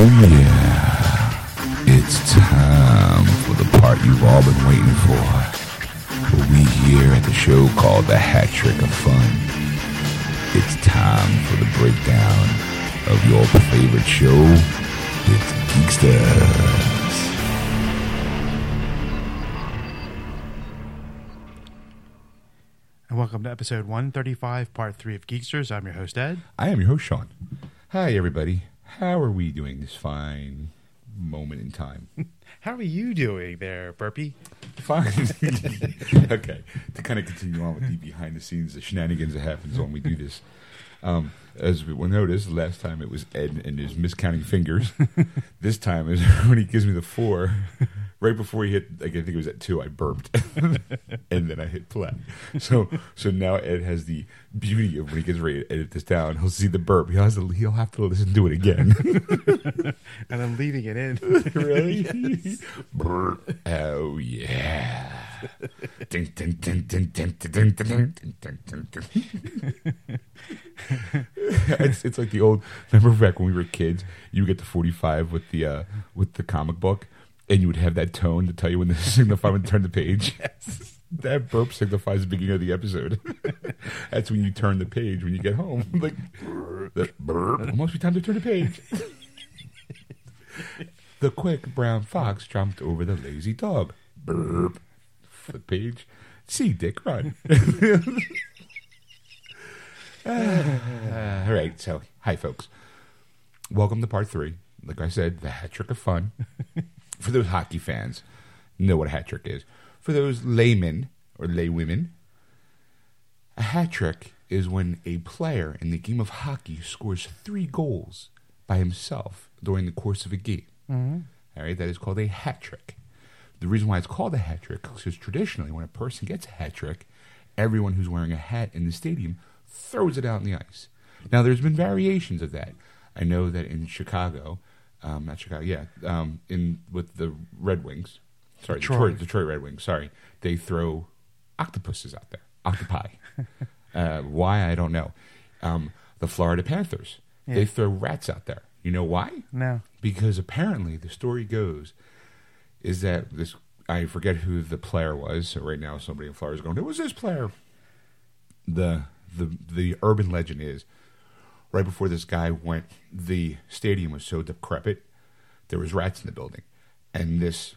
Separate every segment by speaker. Speaker 1: Oh yeah. It's time for the part you've all been waiting for. What we here at the show called the Hat Trick of Fun. It's time for the breakdown of your favorite show. It's Geeksters.
Speaker 2: And welcome to episode 135, part 3 of Geeksters. I'm your host, Ed.
Speaker 1: I am your host, Sean. Hi, everybody. How are we doing this fine moment in time?
Speaker 2: How are you doing there, Burpee?
Speaker 1: Fine. okay. To kind of continue on with the behind the scenes, the shenanigans that happens when we do this. Um, as we will notice, last time it was Ed and his miscounting fingers. this time is when he gives me the four. Right before he hit, like, I think it was at two, I burped, and then I hit play. So, so now Ed has the beauty of when he gets ready to edit this down, he'll see the burp. He'll, has to, he'll have to listen to it again.
Speaker 2: And I'm leaving it in.
Speaker 1: really? Brr. Oh yeah. Ding, ding, ding, ding, ding, ding, ding, ding, ding, ding, ding, ding. it's, it's like the old. Remember back when we were kids, you would get to forty five with the uh, with the comic book, and you would have that tone to tell you when to signify when to turn the page. That burp signifies the beginning of the episode. That's when you turn the page when you get home. Like that burp. Almost be time to turn the page. The quick brown fox jumped over the lazy dog. Burp. Flip page. See Dick run. Ah, all right, so hi, folks. Welcome to part three. Like I said, the hat trick of fun. For those hockey fans, know what a hat trick is. For those laymen or laywomen, a hat trick is when a player in the game of hockey scores three goals by himself during the course of a game. All right, that is called a hat trick. The reason why it's called a hat trick is because traditionally, when a person gets a hat trick, everyone who's wearing a hat in the stadium throws it out on the ice. Now, there's been variations of that. I know that in Chicago, um, not Chicago, yeah, um, in with the Red Wings, sorry, Detroit,
Speaker 2: Detroit.
Speaker 1: Detroit Red Wings, sorry, they throw octopuses out there, octopi. uh, why I don't know. Um, the Florida Panthers, they throw rats out there. You know why?
Speaker 2: No.
Speaker 1: because apparently the story goes is that this I forget who the player was. So right now somebody in Florida is going, "It was this player." The the the urban legend is right before this guy went, the stadium was so decrepit there was rats in the building, and this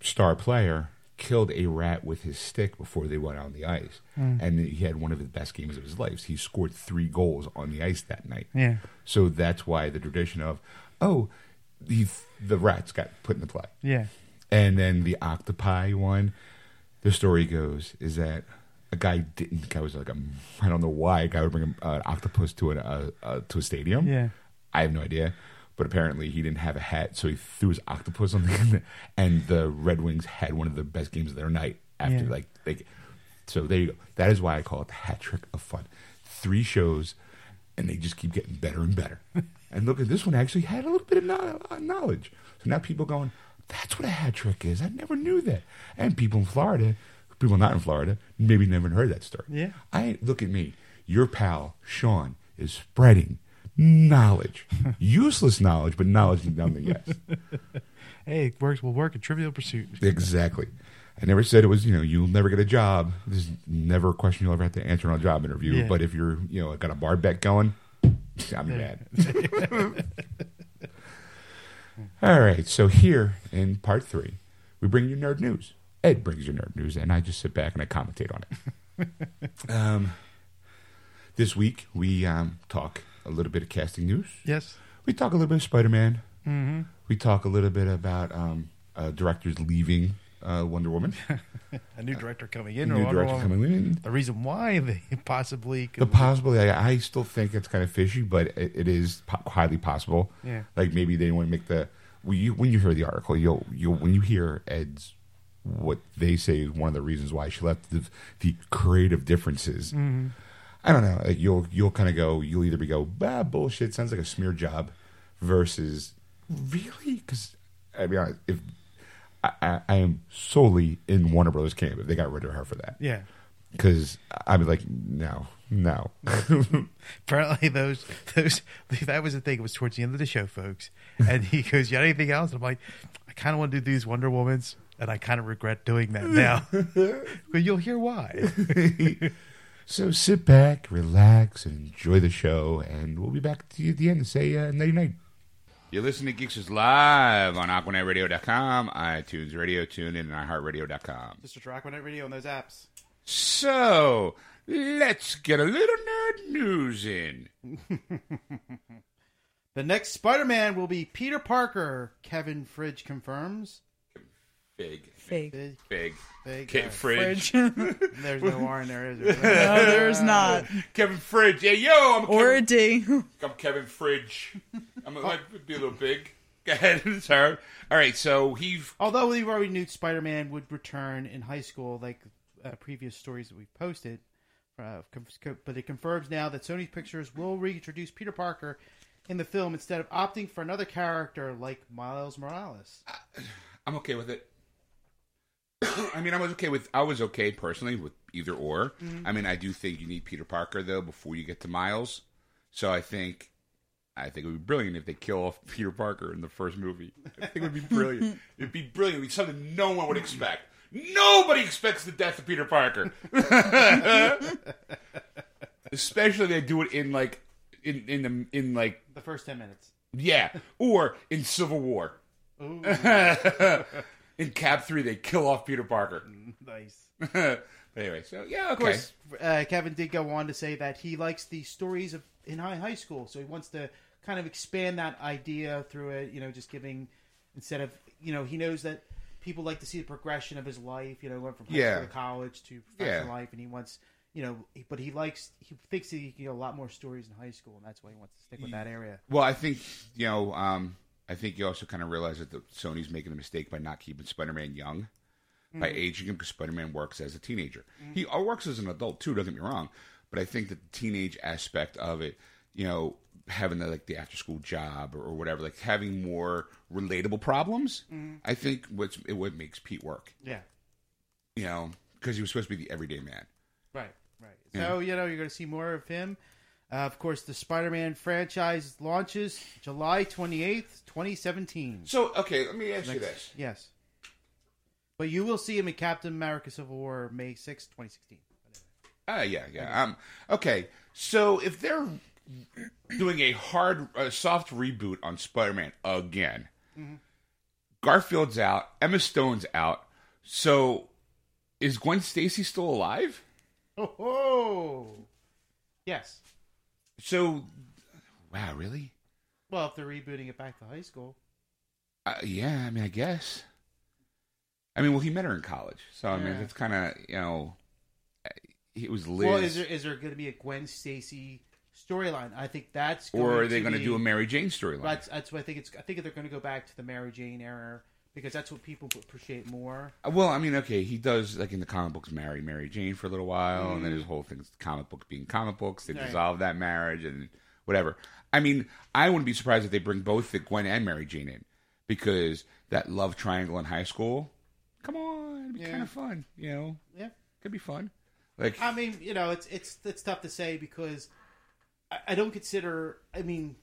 Speaker 1: star player killed a rat with his stick before they went on the ice, and he had one of the best games of his life. He scored three goals on the ice that night.
Speaker 2: Yeah.
Speaker 1: So that's why the tradition of, oh, the the rats got put into play.
Speaker 2: Yeah.
Speaker 1: And then the octopi one, the story goes is that a guy didn't. Guy was like, um, I don't know why a guy would bring an octopus to an uh, uh, to a stadium.
Speaker 2: Yeah.
Speaker 1: I have no idea. But apparently he didn't have a hat, so he threw his octopus on the. And the Red Wings had one of the best games of their night after
Speaker 2: Yeah.
Speaker 1: like like. So there you go. That is why I call it the hat trick of fun. Three shows, and they just keep getting better and better. and look at this one actually had a little bit of kno- uh, knowledge. So now people going, that's what a hat trick is. I never knew that. And people in Florida, people not in Florida, maybe never heard that story.
Speaker 2: Yeah.
Speaker 1: I look at me. Your pal Sean is spreading knowledge, useless knowledge, but knowledge nonetheless.
Speaker 2: Hey, it works. Will work in Trivial Pursuit.
Speaker 1: exactly. I never said it was. You know, you'll never get a job. This is never a question you'll ever have to answer on a job interview.
Speaker 2: Yeah.
Speaker 1: But if you're, you know, got a bar bet going, I'm your dad. All right. So here in part three, we bring you nerd news. Ed brings you nerd news, and I just sit back and I commentate on it. um, this week we um, talk a little bit of casting news.
Speaker 2: Yes.
Speaker 1: We talk a little bit of Spider Man. We talk a little bit about um, uh, directors leaving
Speaker 3: uh, Wonder Woman.
Speaker 2: A new director coming
Speaker 3: The
Speaker 2: in.
Speaker 3: new
Speaker 2: or
Speaker 3: director coming in.
Speaker 2: The reason why they possibly
Speaker 3: The
Speaker 2: could.
Speaker 3: possibly, I, I still think it's kind of fishy, but it, it is po- highly possible.
Speaker 2: Yeah.
Speaker 3: like maybe they want to make the when you when you hear the article, you'll you'll when you hear Ed's what they say is one of the reasons why she left the, the creative differences. I don't know. Like you'll you'll kind of go. You'll either be go, bah, bullshit, sounds like a smear job, versus really because I mean, honest, if I, I, I am solely in Warner Brothers camp if they got rid of her for that.
Speaker 2: yeah.
Speaker 3: Because I'd be like, no, no.
Speaker 2: Apparently, those those that was the thing. It was towards the end of the show, folks. And he goes, "You got anything else?" I'm like, "I kind of want to do these Wonder Womans, and I kind of regret doing that now." but you'll hear why.
Speaker 3: so sit back, relax, and enjoy the show, and we'll be back to you at the end to say uh, nighty night. You're listening to Geeksters Live on AquanetRadio.com, iTunes Radio, TuneIn, and iHeartRadio.com.
Speaker 2: Mr. Trackman Radio on those apps.
Speaker 3: So let's get a little nerd news in.
Speaker 4: The next Spider-Man will be Peter Parker. Kevin Fridge confirms.
Speaker 3: Big,
Speaker 5: Fake.
Speaker 4: Big,
Speaker 3: big,
Speaker 4: big.
Speaker 3: Ke-
Speaker 4: uh,
Speaker 3: Fridge.
Speaker 5: no,
Speaker 4: There's no R in there, is there?
Speaker 5: there's not.
Speaker 3: Kevin Fridge. Hey, yo, I'm
Speaker 5: Or
Speaker 3: Kevin,
Speaker 5: a D.
Speaker 3: I'm Kevin Fridge. I'm a, might be a little big. Go ahead, sorry. All right, so he
Speaker 4: Although we already knew Spider-Man would return in high school, like uh, previous stories that we've posted. Uh, conf- co- but it confirms now that Sony Pictures will reintroduce Peter Parker in the film instead of opting for another character like Miles Morales.
Speaker 3: I'm okay with it. I mean, I was okay with I was okay personally with either or. I mean, I do think you need Peter Parker though before you get to Miles. So I think I think it would be brilliant if they kill off Peter Parker in the first movie. I think it would be brilliant. It'd be brilliant. It's something no one would expect. Nobody expects the death of Peter Parker. Especially they do it in like in in the in like
Speaker 4: The first ten minutes.
Speaker 3: yeah, or in Civil War.
Speaker 4: Ooh,
Speaker 3: in Cap Three, they kill off Peter Parker.
Speaker 4: nice.
Speaker 3: but anyway, so yeah,
Speaker 4: Of
Speaker 3: okay.
Speaker 4: course, uh, Kevin did go on to say that he likes the stories of in high high school, so he wants to kind of expand that idea through it. You know, just giving instead of you know he knows that people like to see the progression of his life. You know, going from high
Speaker 3: Yeah.
Speaker 4: school to college to professional
Speaker 3: Yeah.
Speaker 4: life, and he wants you know, but he likes he thinks that he can get a lot more stories in high school, and that's why he wants to stick with that area.
Speaker 3: Well, I think you know, um, I think you also kind of realize that the, Sony's making a mistake by not keeping Spider-Man young, by aging him because Spider-Man works as a teenager. He uh, works as an adult too. Don't get me wrong, but I think that the teenage aspect of it, you know, having the, like the after-school job or, or whatever, like having more relatable problems, I think what's it, what makes Pete work.
Speaker 4: Yeah,
Speaker 3: You know, because he was supposed to be the everyday man.
Speaker 4: Right, right. So you know you're going to see more of him. Uh, of course, the Spider-Man franchise launches July 28th, 2017.
Speaker 3: So okay, let me ask you this.
Speaker 4: Yes, but you will see him in Captain America: Civil War, May 6th, 2016.
Speaker 3: Ah, yeah, yeah. Um, okay. So if they're doing a hard, uh, soft reboot on Spider-Man again,
Speaker 4: Mm-hmm.
Speaker 3: Garfield's out, Emma Stone's out. So is Gwen Stacy still alive?
Speaker 4: Oh, oh, yes.
Speaker 3: So, wow, really?
Speaker 4: Well, if they're rebooting it back to high school,
Speaker 3: Uh, yeah, I mean, I guess. I mean, well, he met her in college, so I mean,
Speaker 4: Yeah.
Speaker 3: it's kind of you know, uh, it was Liz.
Speaker 4: well, is there is there going to be a Gwen Stacy storyline? I think that's going
Speaker 3: or are they
Speaker 4: going to
Speaker 3: do a
Speaker 4: be-
Speaker 3: Mary Jane storyline?
Speaker 4: That's that's what I think it's. I think they're going to go back to the Mary Jane era because that's what people appreciate more.
Speaker 3: Well, I mean, okay, he does like in the comic books marry Mary Jane for a little while, and then his whole thing's comic books being comic books. They
Speaker 4: Mm. Right.
Speaker 3: dissolve that marriage and whatever. I mean, I wouldn't be surprised if they bring both the Gwen and Mary Jane in because that love triangle in high school. Come on, it'd be
Speaker 4: Yeah.
Speaker 3: kind of fun. You know,
Speaker 4: Yeah.
Speaker 3: could be fun. Like,
Speaker 4: I mean, you know, it's it's it's tough to say because I, I don't consider. I mean,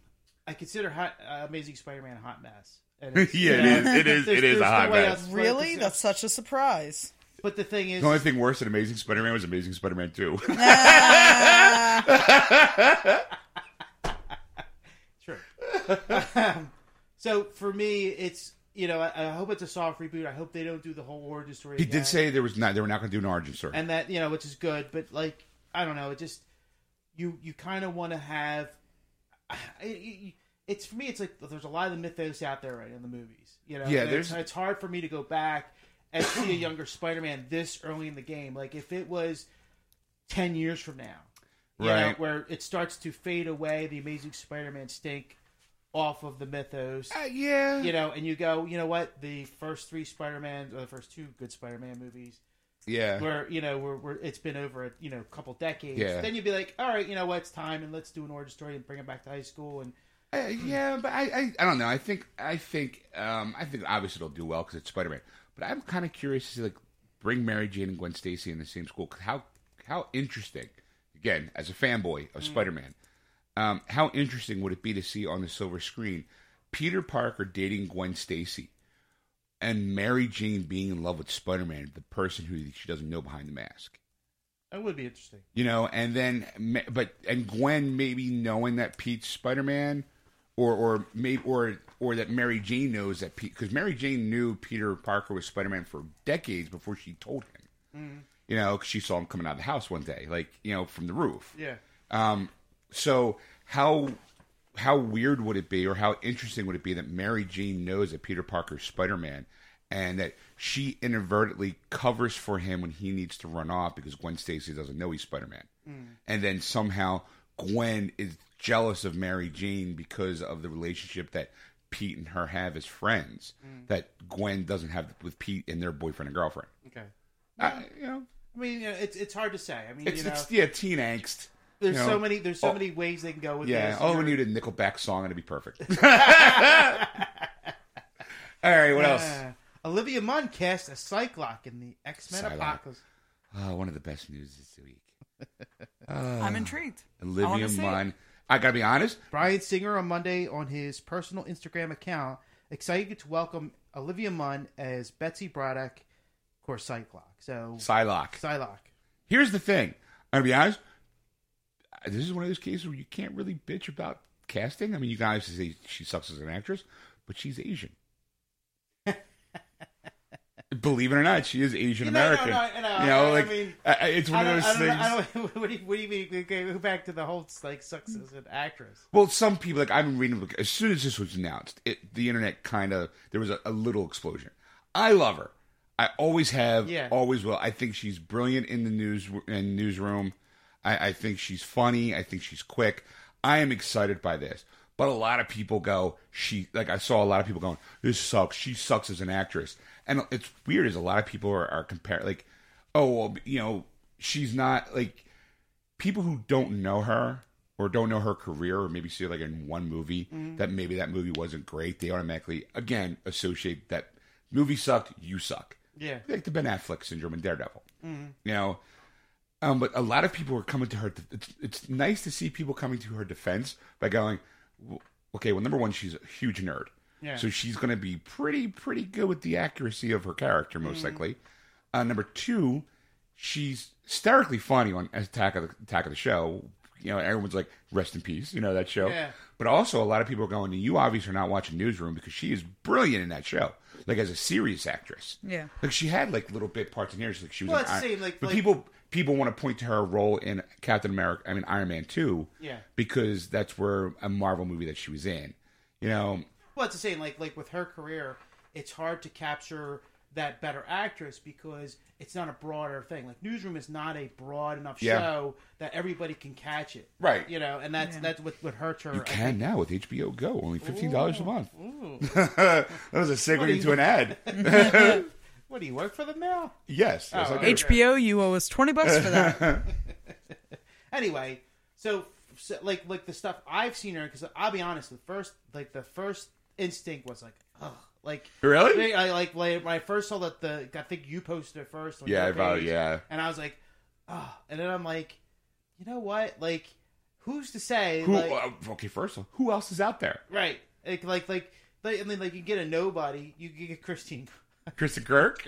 Speaker 4: I consider hot, uh, Amazing Spider-Man a hot mess. And it's-
Speaker 3: Yeah,
Speaker 4: you
Speaker 3: it
Speaker 4: know,
Speaker 3: is- it is-
Speaker 4: there's-
Speaker 3: it is a
Speaker 4: there's no
Speaker 3: hot
Speaker 4: way
Speaker 3: mess.
Speaker 4: else to put it.
Speaker 5: Really? That's such a surprise.
Speaker 4: but the thing is,
Speaker 3: the only thing worse than Amazing Spider-Man was Amazing Spider-Man Two.
Speaker 4: Sure. Um, so for me, it's you know, I, I hope it's a soft reboot. I hope they don't do the whole origin story.
Speaker 3: he
Speaker 4: again.
Speaker 3: did say there was not they were not going to do an origin story.
Speaker 4: and that you know, which is good. But like, I don't know. It just you you kind of want to have. I- I- It's for me. It's like there's a lot of the mythos out there right in the movies. You know,
Speaker 3: Yeah,
Speaker 4: and it's-
Speaker 3: there's-
Speaker 4: it's hard for me to go back and see a younger Spider-Man this early in the game. Like if it was ten years from now, you know,
Speaker 3: Right.
Speaker 4: where it starts to fade away, the Amazing Spider-Man stink off of the mythos,
Speaker 3: Uh, yeah.
Speaker 4: you know, and you go, you know what? The first three Spider-Man or the first two good Spider-Man movies
Speaker 3: yeah.
Speaker 4: where you know where, where it's been over a you know couple decades.
Speaker 3: Yeah.
Speaker 4: Then you'd be like, all right, you know what? It's time, and let's do an origin story and bring him back to high school and.
Speaker 3: Uh, yeah, but I, I, I don't know. I think I think um, I think obviously it'll do well because it's Spider Man. But I'm kind of curious to see like bring Mary Jane and Gwen Stacy in the same school. 'cause how how interesting? Again, as a fanboy of Spider Man, um, how interesting would it be to see on the silver screen Peter Parker dating Gwen Stacy and Mary Jane being in love with Spider Man, the person who she doesn't know behind the mask.
Speaker 4: That would be interesting.
Speaker 3: you know, and then ma- but and Gwen maybe knowing that Pete's Spider Man, or or maybe or or that Mary Jane knows that Pete because Mary Jane knew Peter Parker was Spider Man for decades before she told him. You know, 'cause she saw him coming out of the house one day, like you know, from the roof.
Speaker 4: Yeah.
Speaker 3: Um, so how how weird would it be, or how interesting would it be that Mary Jane knows that Peter Parker's Spider Man, and that she inadvertently covers for him when he needs to run off because Gwen Stacy doesn't know he's Spider Man, and then somehow Gwen is jealous of Mary Jane because of the relationship that Pete and her have as friends that Gwen doesn't have with Pete and their boyfriend and girlfriend.
Speaker 4: Okay.
Speaker 3: I, you know,
Speaker 4: I mean, you know, it's it's hard to say. I mean,
Speaker 3: it's,
Speaker 4: you know,
Speaker 3: it's yeah, teen angst.
Speaker 4: there's
Speaker 3: you know,
Speaker 4: so many there's so
Speaker 3: oh,
Speaker 4: many ways they can go with
Speaker 3: Yeah, Oh,
Speaker 4: this.
Speaker 3: all we
Speaker 4: You're-
Speaker 3: need a Nickelback song and it'd be perfect. all right, what else?
Speaker 4: Uh, Olivia Munn cast a Psylocke in the X Men
Speaker 3: Psylocke.
Speaker 4: Apocalypse.
Speaker 3: Oh, one of the best news this week.
Speaker 5: I'm intrigued. I wanna
Speaker 3: Olivia
Speaker 5: see it.
Speaker 3: Munn. I gotta be honest.
Speaker 4: Brian Singer on Monday on his personal Instagram account excited to welcome Olivia Munn as Betsy Braddock, of course Cyclock. So
Speaker 3: Psylocke.
Speaker 4: Psylocke.
Speaker 3: Here's the thing. I'm gonna be honest. This is one of those cases where you can't really bitch about casting. I mean, you guys say she sucks as an actress, but she's Asian. Believe it or not, she is Asian
Speaker 4: You know, no,
Speaker 3: American.
Speaker 4: no, I know.
Speaker 3: you know,
Speaker 4: I
Speaker 3: like
Speaker 4: mean,
Speaker 3: I, I- it's
Speaker 4: I
Speaker 3: one of
Speaker 4: don't, I don't,
Speaker 3: those things.
Speaker 4: know- I don't, what, do you, what do you mean? Okay, Go back to the whole like sucks as an actress.
Speaker 3: Well, some people like I'm reading like, as soon as this was announced, it, the internet kind of there was a, a little explosion. I love her. I always have,
Speaker 4: Yeah.
Speaker 3: always will. I think she's brilliant in the news in newsroom. I, I think she's funny. I think she's quick. I am excited by this. But a lot of people go, she like I saw a lot of people going, this sucks. She sucks as an actress, and it's weird. Is a lot of people are, are comparing like, oh, well, you know, she's not like people who don't know her or don't know her career or maybe see her like in one movie that maybe that movie wasn't great they automatically again associate that movie sucked you suck
Speaker 4: Yeah.
Speaker 3: like the ben affleck syndrome in daredevil you know um, but a lot of people are coming to her it's, it's nice to see people coming to her defense by going "Well, okay well number one she's a huge nerd
Speaker 4: Yeah.
Speaker 3: so she's going to be pretty pretty good with the accuracy of her character most
Speaker 4: Mm-hmm.
Speaker 3: likely uh, number two, she's hysterically funny on Attack of the Attack of the Show. You know, everyone's like, "Rest in peace," you know that show.
Speaker 4: Yeah.
Speaker 3: But also, a lot of people are going, "You obviously are not watching Newsroom because she is brilliant in that show, like as a serious actress."
Speaker 5: Yeah.
Speaker 3: Like she had like little bit parts in here. She's like she was.
Speaker 4: Well,
Speaker 3: in
Speaker 4: it's
Speaker 3: Iron-
Speaker 4: same, like-
Speaker 3: but
Speaker 4: like-
Speaker 3: people people want to point to her role in Captain America. I mean, Iron Man two.
Speaker 4: Yeah.
Speaker 3: Because that's where a Marvel movie that she was in. You know.
Speaker 4: Well, it's the same. Like like with her career, it's hard to capture that better actress because it's not a broader thing. Like Newsroom is not a broad enough
Speaker 3: Yeah.
Speaker 4: show that everybody can catch it.
Speaker 3: Right.
Speaker 4: You know, and that's that's what what hurts her.
Speaker 3: You
Speaker 4: I
Speaker 3: can now with HBO Go, only fifteen dollars a month.
Speaker 4: Ooh.
Speaker 3: that was a segue into an ad.
Speaker 4: What do you work for them now?
Speaker 3: Yes. yes,
Speaker 4: Oh,
Speaker 3: I do.
Speaker 4: okay.
Speaker 5: HBO, you owe us 20 bucks for that.
Speaker 4: Anyway, so, so like like the stuff I've seen her because I'll be honest, the first like the first instinct was like, ugh, like
Speaker 3: Really?
Speaker 4: I like like, when I first saw that the I think you posted it first. on
Speaker 3: Yeah,
Speaker 4: your
Speaker 3: I probably-
Speaker 4: page,
Speaker 3: yeah.
Speaker 4: and I was like, oh, and then I'm like, you know what? Like, who's to say?
Speaker 3: Who?
Speaker 4: like,
Speaker 3: uh, okay, first of all, who else is out there?
Speaker 4: right? Like, like, like, like, I mean, like, you get a nobody, you could get Christine.
Speaker 3: Kristen Kirk.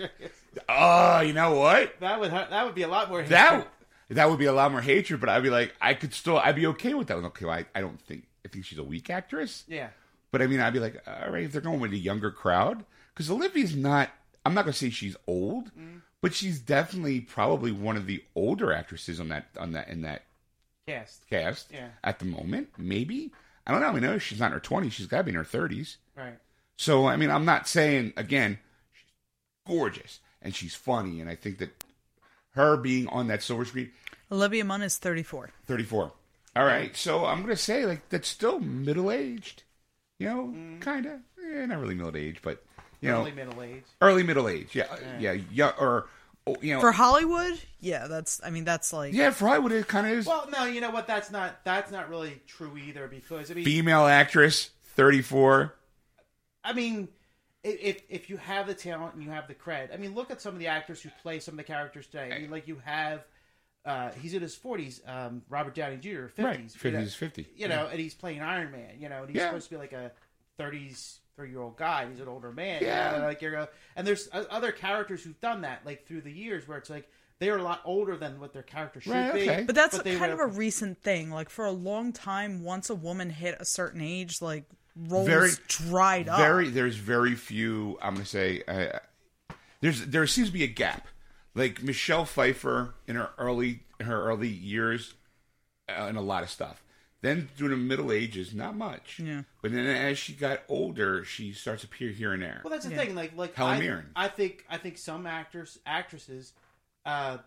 Speaker 3: Oh, you know what?
Speaker 4: That would that would be a lot more.
Speaker 3: That that would be a lot more hatred, but I'd be like, I could still, I'd be okay with that. one. Okay, well, I, I don't think, I think she's a weak actress,
Speaker 4: yeah,
Speaker 3: but I mean, I'd be like, all right, if they're going with a younger crowd, because Olivia's not, I'm not gonna say she's old, but she's definitely probably one of the older actresses on that on that in that
Speaker 4: cast
Speaker 3: cast
Speaker 4: Yeah.
Speaker 3: at the moment. Maybe I don't know. I know she's not in her 20s; she's got to be in her 30s.
Speaker 4: right.
Speaker 3: So I mean, I'm not saying again, she's gorgeous, and she's funny. And I think that her being on that silver screen,
Speaker 5: Olivia Munn is 34.
Speaker 3: 34. All right, so I'm gonna say like that's still middle aged, you know, kind of, eh, not really middle aged, but you know,
Speaker 4: Only middle age.
Speaker 3: early middle age. Yeah, yeah, yeah, or oh, you know,
Speaker 5: For Hollywood, yeah, that's, I mean, that's like,
Speaker 3: yeah, for Hollywood it kind of is.
Speaker 4: Well, no, you know what? That's not that's not really true either because I mean,
Speaker 3: Female actress, 34.
Speaker 4: I mean, i- if if you have the talent and you have the cred, I mean, look at some of the actors who play some of the characters today. I mean, like you have, uh, he's in his forties, um, Robert Downey Jr. fifties,
Speaker 3: Right, 50s, 50,
Speaker 4: you know, and he's playing Iron Man, you know, and he's
Speaker 3: Yeah.
Speaker 4: supposed to be like a thirties three year old guy. and He's an older man,
Speaker 3: Yeah.
Speaker 4: You know, like you're, go- and there's o- other characters who've done that, like through the years, where it's like they are a lot older than what their character should
Speaker 3: Right,
Speaker 4: be.
Speaker 3: okay.
Speaker 5: but that's
Speaker 4: But they
Speaker 5: kind of
Speaker 4: were-
Speaker 5: a recent thing. Like, for a long time, once a woman hit a certain age, like, roles
Speaker 3: Very-
Speaker 5: dried up.
Speaker 3: Very, there's very few. I'm gonna say uh, there's there seems to be a gap. Like Michelle Pfeiffer in her early her early years, uh, in a lot of stuff. Then through the Middle Ages, not much.
Speaker 5: Yeah.
Speaker 3: But then as she got older, she starts to appear here and there.
Speaker 4: Well, that's the
Speaker 5: Yeah.
Speaker 4: thing. Like, like
Speaker 3: Helen
Speaker 4: I,
Speaker 3: Mirren.
Speaker 4: I think I think some actors, actresses, uh,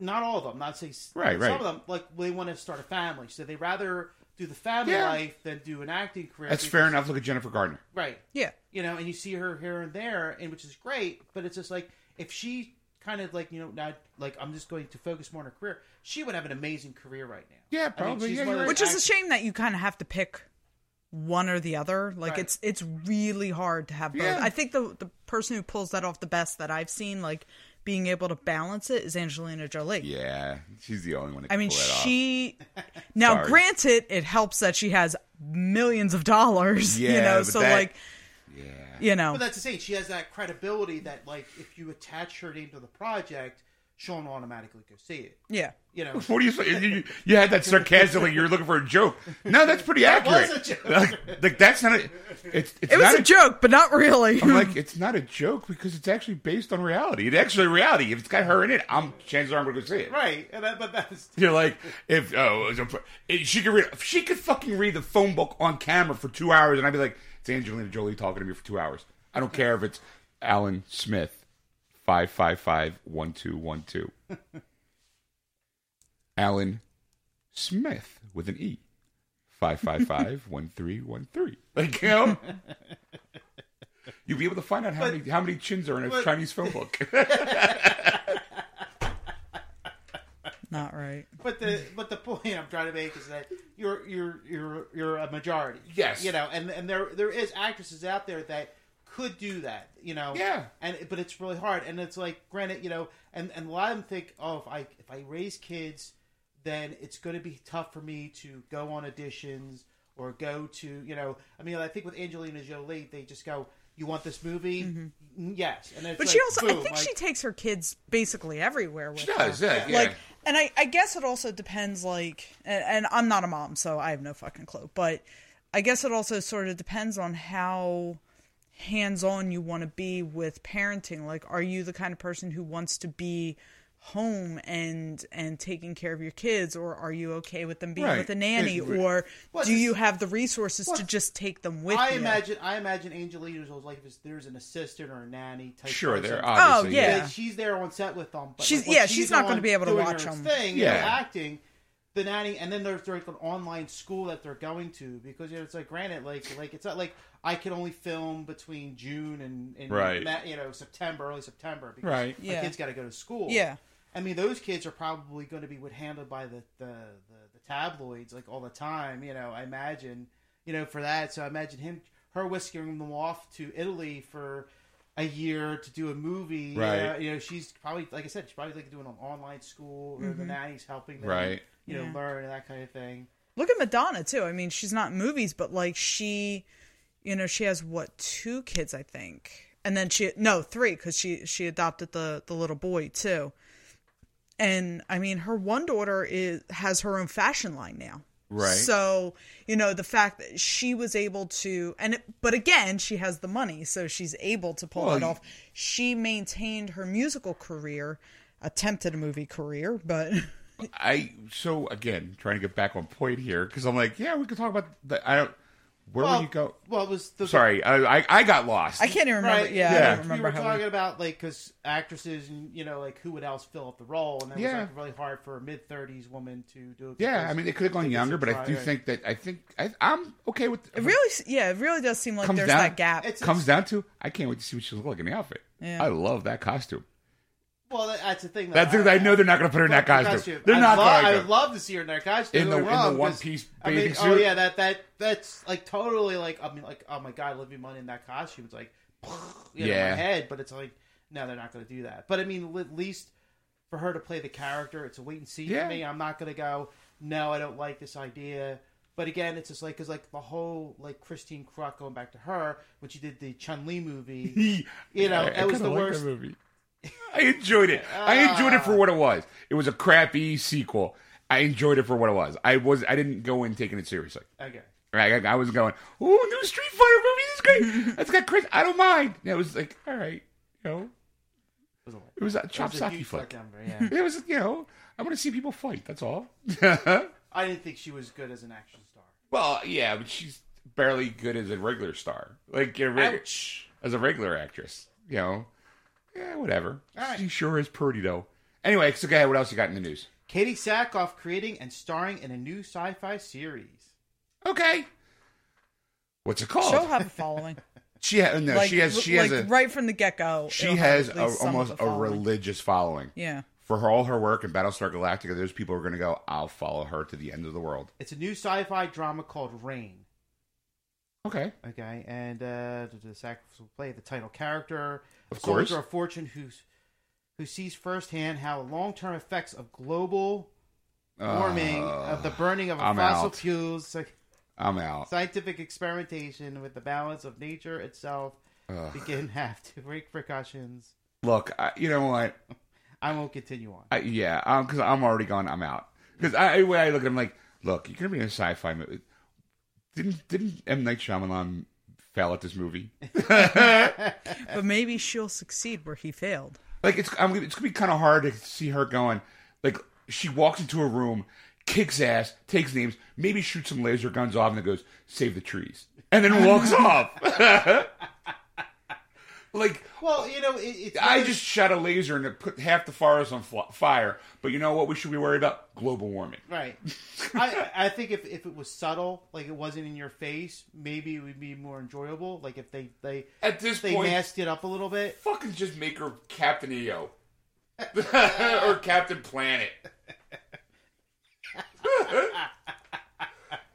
Speaker 4: not all of them. Not say s-
Speaker 3: Right,
Speaker 4: some
Speaker 3: right.
Speaker 4: of them. Like they want to start a family, so they rather do the family
Speaker 3: Yeah.
Speaker 4: life than do an acting career.
Speaker 3: That's
Speaker 4: because-
Speaker 3: fair enough. Look at Jennifer Gardner.
Speaker 4: right?
Speaker 5: Yeah.
Speaker 4: You know, and you see her here and there, and which is great. But it's just like if she kind of like you know now like I'm just going to focus more on her career, she would have an amazing career right now.
Speaker 3: Yeah,
Speaker 4: I mean,
Speaker 3: probably.
Speaker 4: she's
Speaker 3: Yeah,
Speaker 4: one of
Speaker 3: you're
Speaker 5: Which is
Speaker 4: those
Speaker 5: a
Speaker 4: act-
Speaker 5: shame that you kind of have to pick one or the other. Like
Speaker 4: Right.
Speaker 5: it's it's really hard to have both.
Speaker 3: Yeah.
Speaker 5: I think the the person who pulls that off the best that I've seen, like being able to balance it, is Angelina Jolie.
Speaker 3: Yeah, she's the only one. That
Speaker 5: I
Speaker 3: can
Speaker 5: mean,
Speaker 3: pull that off.
Speaker 5: she. Now,
Speaker 3: Sorry.
Speaker 5: granted, it helps that she has millions of dollars. you
Speaker 3: Yeah,
Speaker 5: know,
Speaker 3: but
Speaker 5: so
Speaker 3: that-
Speaker 5: like, you know,
Speaker 4: But that's the thing. She has that credibility that like if you attach her name to the project, she'll automatically go see it.
Speaker 5: yeah.
Speaker 4: You know.
Speaker 3: What do you say? You, you had that sarcasm like you were looking for a joke. No, that's pretty accurate.
Speaker 4: was a joke.
Speaker 3: Like, like, that's not a. It's, it's
Speaker 5: It was
Speaker 3: not
Speaker 5: a, joke, but not really.
Speaker 3: I'm like, it's not a joke because it's actually based on reality. It's actually reality. If it's got her in it, I'm chances are I'm going to see it.
Speaker 4: Right, and that, but that's
Speaker 3: You're like, if oh, it's a- if she could read, if she could fucking read the phone book on camera for two hours, and I'd be like, it's Angelina Jolie talking to me for two hours. I don't care if it's Alan Smith, five five five one two one two. Alan Smith with an E, five five five one three one three. Like you know. You'll be able to find out how many how many chins are in a
Speaker 4: but-
Speaker 3: Chinese phone book.
Speaker 5: not right.
Speaker 4: but the but the point I'm trying to make is that you're you're you're you're a majority.
Speaker 3: Yes.
Speaker 4: you know, and and there there is actresses out there that could do that. You know,
Speaker 3: Yeah.
Speaker 4: and but it's really hard, and it's like granted, you know, and and a lot of them think, oh, if I if I raise kids, then it's going to be tough for me to go on auditions or go to you know. I mean, I think with Angelina Jolie, they just go. You want this movie? Yes,
Speaker 5: Mm-hmm.
Speaker 4: and it's
Speaker 5: But
Speaker 4: like,
Speaker 5: she also, I
Speaker 4: boom,
Speaker 5: think
Speaker 4: like-
Speaker 5: she takes her kids basically everywhere with
Speaker 3: She
Speaker 5: her.
Speaker 3: does, yeah, yeah.
Speaker 5: like and I, I guess it also depends like and, and i'm not a mom so i have no fucking clue but i guess it also sort of depends on how hands-on you want to be with parenting like are you the kind of person who wants to be home and and taking care of your kids or are you okay with them being
Speaker 3: Right.
Speaker 5: with a nanny
Speaker 3: It's-
Speaker 5: or
Speaker 4: Well,
Speaker 5: do
Speaker 4: it's-
Speaker 5: you have the resources to
Speaker 4: well,
Speaker 5: just take them with
Speaker 4: I
Speaker 5: you
Speaker 4: imagine I imagine Angelina's whole life is there's an assistant or a nanny type.
Speaker 3: sure,
Speaker 4: person.
Speaker 3: there.
Speaker 5: Oh,
Speaker 3: Obviously,
Speaker 5: yeah.
Speaker 4: Like, she's there on set with them. But
Speaker 5: She's-
Speaker 4: like, when
Speaker 5: yeah, she's not
Speaker 4: on
Speaker 5: gonna be able to
Speaker 4: doing
Speaker 5: watch
Speaker 4: her
Speaker 5: 'em.
Speaker 4: Thing,
Speaker 3: Yeah.
Speaker 4: yeah, acting. The nanny, and then there's, there's like an online school that they're going to because you know, it's like granted, like like it's not like I can only film between June and, and
Speaker 3: Right.
Speaker 4: Ma- you know September, early September, because
Speaker 3: Right.
Speaker 4: my
Speaker 5: Yeah.
Speaker 4: kids got to go to school.
Speaker 5: Yeah.
Speaker 4: I mean those kids are probably going to be what handled by the the, the the tabloids like all the time. You know, I imagine you know for that. So I imagine him her whisking them off to Italy for a year to do a movie. you
Speaker 3: Right.
Speaker 4: know, you know, she's probably like I said, she's probably like doing an online school or the nanny's helping them,
Speaker 3: Mm-hmm. Right.
Speaker 4: You know,
Speaker 5: Yeah.
Speaker 4: learn and that kind of thing.
Speaker 5: Look at Madonna too. I mean, she's not in movies, but like she, you know, she has what two kids, I think, and then she no three because she she adopted the the little boy too. And I mean, her one daughter is has her own fashion line now.
Speaker 3: Right.
Speaker 5: So you know the fact that she was able to, and it, but again, she has the money, so she's able to pull
Speaker 3: Well,
Speaker 5: it
Speaker 3: you-
Speaker 5: off. She maintained her musical career, attempted a movie career, but
Speaker 3: I so again trying to get back on point here because I'm like, yeah, we could talk about the I don't Where
Speaker 4: well,
Speaker 3: were you go?
Speaker 4: Well, it was the,
Speaker 3: Sorry, I, I I got lost.
Speaker 5: I can't even remember.
Speaker 4: Right.
Speaker 5: Yeah,
Speaker 3: Yeah.
Speaker 5: I don't
Speaker 4: We
Speaker 5: remember
Speaker 4: were
Speaker 5: how.
Speaker 4: talking
Speaker 5: We,
Speaker 4: about like because actresses and you know like who would else fill up the role, and that
Speaker 3: Yeah.
Speaker 4: was like really hard for a mid thirties woman to do. it
Speaker 3: Yeah,
Speaker 4: because
Speaker 3: I mean, it could have gone
Speaker 4: it's a
Speaker 3: younger, but I
Speaker 4: try,
Speaker 3: do
Speaker 4: right.
Speaker 3: think that I think I, I'm okay with.
Speaker 5: it really, s- yeah, it really does seem like
Speaker 3: Comes
Speaker 5: there's
Speaker 3: down-
Speaker 5: that gap.
Speaker 4: It's-
Speaker 3: comes down to I can't wait to see what she looks like in the outfit.
Speaker 5: Yeah.
Speaker 3: I love that costume.
Speaker 4: Well, that- that's the thing.
Speaker 3: That's
Speaker 4: though.
Speaker 3: it. I know they're not going to put her in that
Speaker 4: Well,
Speaker 3: costume. They're
Speaker 4: I
Speaker 3: not
Speaker 4: lo- I
Speaker 3: going
Speaker 4: would
Speaker 3: to.
Speaker 4: love to see her in that costume.
Speaker 3: In the-
Speaker 4: Don't get me
Speaker 3: in the
Speaker 4: wrong,
Speaker 3: one-piece
Speaker 4: 'cause,
Speaker 3: bathing
Speaker 4: I mean,
Speaker 3: suit?
Speaker 4: Oh yeah, that that that's like totally like I mean like oh my god, Olivia Munn in that costume. It's like you know,
Speaker 3: Yeah.
Speaker 4: my head, but it's like no, they're not going to do that. But I mean, li- at least for her to play the character, it's a wait and see
Speaker 3: Yeah.
Speaker 4: for me. I'm not going to go. No, I don't like this idea. But again, it's just like because like the whole like Christine Kruk going back to her when she did the Chun Li movie. You know,
Speaker 3: I- I
Speaker 4: that was
Speaker 3: kinda
Speaker 4: the
Speaker 3: like
Speaker 4: worst. Ah.
Speaker 3: movie. I enjoyed it. I enjoyed it for what it was. It was a crappy sequel. I enjoyed it for what it was. I was. I didn't go in taking it seriously.
Speaker 4: Okay.
Speaker 3: Right, I, I was going, ooh, new Street Fighter movie this is great. That's got Chris. I don't mind. And it was like, all right, you know,
Speaker 4: It was a-
Speaker 3: it was a
Speaker 4: it
Speaker 3: chop
Speaker 4: was a
Speaker 3: socky
Speaker 4: huge
Speaker 3: fight.
Speaker 4: letdown, yeah.
Speaker 3: It was, you know, I want to see people fight. That's all. well,
Speaker 4: I didn't think she was good as an action star.
Speaker 3: yeah, but she's barely good as a regular star, like a reg-
Speaker 4: Ouch.
Speaker 3: as a regular actress. You know, yeah, whatever.
Speaker 4: right.
Speaker 3: She sure is pretty though. Anyway, so go ahead. What else you got in the news?
Speaker 4: Katie Sackhoff creating and starring in a new sci-fi series.
Speaker 3: Okay, what's it called?
Speaker 5: She'll have a following.
Speaker 3: she ha- no,
Speaker 5: like,
Speaker 3: she has she
Speaker 5: like
Speaker 3: has a
Speaker 5: right from the get go.
Speaker 3: she has a, almost a
Speaker 5: religion.
Speaker 3: religious following.
Speaker 5: Yeah.
Speaker 3: for all her work in Battlestar Galactica, those people are going to go, I'll follow her to the end of the world.
Speaker 4: It's a new sci-fi drama called Rain.
Speaker 3: Okay.
Speaker 4: Okay, and uh, the Sackhoff will play the title character,
Speaker 3: Of
Speaker 4: a soldier
Speaker 3: course.
Speaker 4: of fortune who's who sees firsthand how long-term effects of global warming of the burning of
Speaker 3: Uh, I'm
Speaker 4: fossil
Speaker 3: out.
Speaker 4: fuels, like
Speaker 3: I'm out.
Speaker 4: scientific experimentation with the balance of nature itself, begin have to break precautions.
Speaker 3: Look, I, you know what?
Speaker 4: I won't continue on.
Speaker 3: I, yeah, because I'm already gone. I'm out. Because I, the way I look at him, like, look, you're going to be in a sci-fi movie. Didn't didn't M Night Shyamalan fail at this movie?
Speaker 5: But maybe she'll succeed where he failed.
Speaker 3: Like, it's I'm, it's going to be kind of hard to see her going. Like, she walks into a room, kicks ass, takes names, maybe shoots some laser guns off, and then goes, "Save the trees," and then walks off. like,
Speaker 4: Well, you know, it, it's
Speaker 3: I
Speaker 4: really-
Speaker 3: just shot a laser and it put half the forest on fl- fire. But you know what? We should be worried about global warming.
Speaker 4: Right. I, I think if, if it was subtle, like it wasn't in your face, maybe it would be more enjoyable. Like if they they
Speaker 3: At this
Speaker 4: they
Speaker 3: point,
Speaker 4: masked it up a little bit.
Speaker 3: fucking just make her Captain EO or Captain Planet.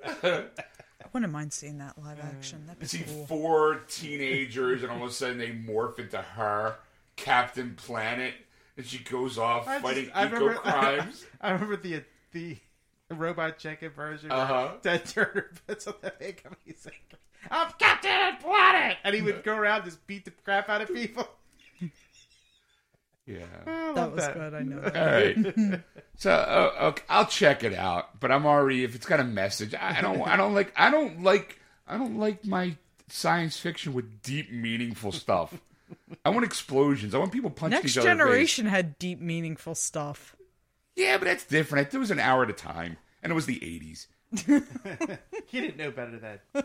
Speaker 5: I wouldn't mind seeing that live action. That'd
Speaker 3: See
Speaker 5: be cool.
Speaker 3: four teenagers, and all of a sudden they morph into her Captain Planet, and she goes off
Speaker 4: I just-
Speaker 3: fighting
Speaker 4: I
Speaker 3: eco
Speaker 4: remember-
Speaker 3: crimes.
Speaker 4: I remember the the robot chicken version. where
Speaker 3: Uh-huh.
Speaker 4: Ted Turner puts on that makeup. And he's like, "I'm Captain Planet," and he would go around and just beat the crap out of people.
Speaker 3: yeah.
Speaker 4: I
Speaker 5: That
Speaker 4: love
Speaker 5: was
Speaker 4: that.
Speaker 5: good. I know. That.
Speaker 3: All right. so uh, okay, I'll check it out, but I'm already if it's got a message, I, I don't I don't like I don't like I don't like my science fiction with deep meaningful stuff. I want explosions. I want people punching
Speaker 5: Next
Speaker 3: each other. in the face.
Speaker 5: Generation had deep, meaningful stuff.
Speaker 3: Yeah, but that's different. It was an hour at a time, and it was the '80s.
Speaker 4: He didn't know better then.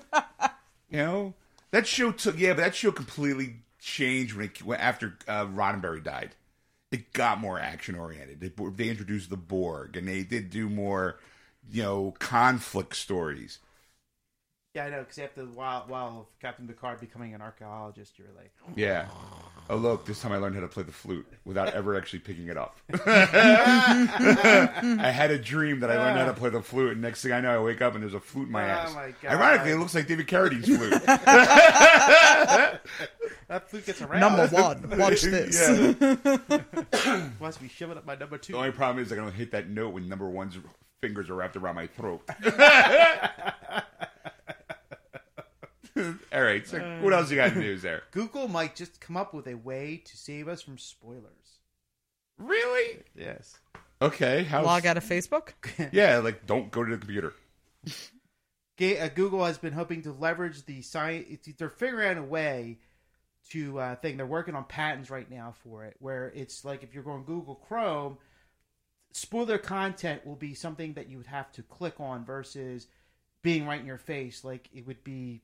Speaker 3: You know that show took yeah, but that show completely changed when it when, after uh, Roddenberry died. It got more action oriented. They, they introduced the Borg, and they did do more, you know, conflict stories.
Speaker 4: Yeah, I know. Because after the while, while of Captain Picard becoming an archaeologist, you were like,
Speaker 3: Yeah. Oh look, this time I learned how to play the flute without ever actually picking it up. I had a dream that I learned how to play the flute, and next thing I know, I wake up and there's a flute in my
Speaker 4: Oh,
Speaker 3: ass.
Speaker 4: my God.
Speaker 3: Ironically, it looks like David Carradine's flute.
Speaker 4: "That flute gets around."
Speaker 5: Number one. Watch this.
Speaker 3: yeah.
Speaker 4: Must be shoving up my number two.
Speaker 3: The only problem is I don't hit that note when number one's fingers are wrapped around my throat. All right. So what else you got in the news there?
Speaker 4: Google might just come up with a way to save us from spoilers.
Speaker 3: Really?
Speaker 4: Yes.
Speaker 3: Okay. How?
Speaker 5: Log out of Facebook.
Speaker 3: Yeah. Like, don't go to the computer.
Speaker 4: Ga- uh, Google has been hoping to leverage the science. They're figuring out a way to uh, thing. They're working on patents right now for it, where it's like if you're going Google Chrome, spoiler content will be something that you would have to click on versus being right in your face. Like it would be,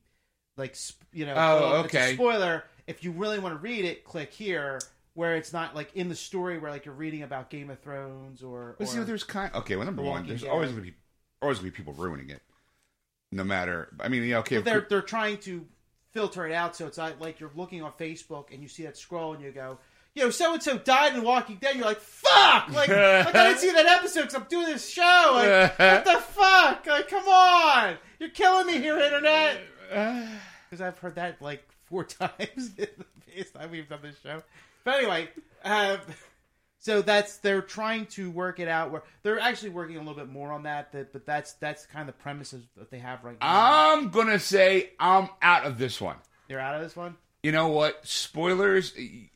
Speaker 4: like sp- you know,
Speaker 3: Oh,
Speaker 4: it's a
Speaker 3: okay.
Speaker 4: spoiler. If you really want to read it, click here. Where it's not like in the story where like you're reading about Game of Thrones or,
Speaker 3: But see,
Speaker 4: or-
Speaker 3: there's kind. Okay, well, number
Speaker 4: The
Speaker 3: one,
Speaker 4: Walking
Speaker 3: there's
Speaker 4: Dead.
Speaker 3: always gonna be always gonna be people ruining it, no matter. I mean, yeah, okay,
Speaker 4: But they're
Speaker 3: if,
Speaker 4: they're trying to filter it out so it's not like you're looking on Facebook and you see that scroll and you go, yo, so and so died in Walking Dead. You're like, fuck! Like, like I didn't see that episode because I'm doing this show. Like, what the fuck? Like, come on! You're killing me here, internet. Because I've heard that like four times in the past time we've done this show. But anyway, um, so that's they're trying to work it out. Where they're actually working a little bit more on that. That but that's that's kind of the premises that they have right now.
Speaker 3: I'm gonna say I'm out of this one.
Speaker 4: They're out of this one.
Speaker 3: You know what? Spoilers. y-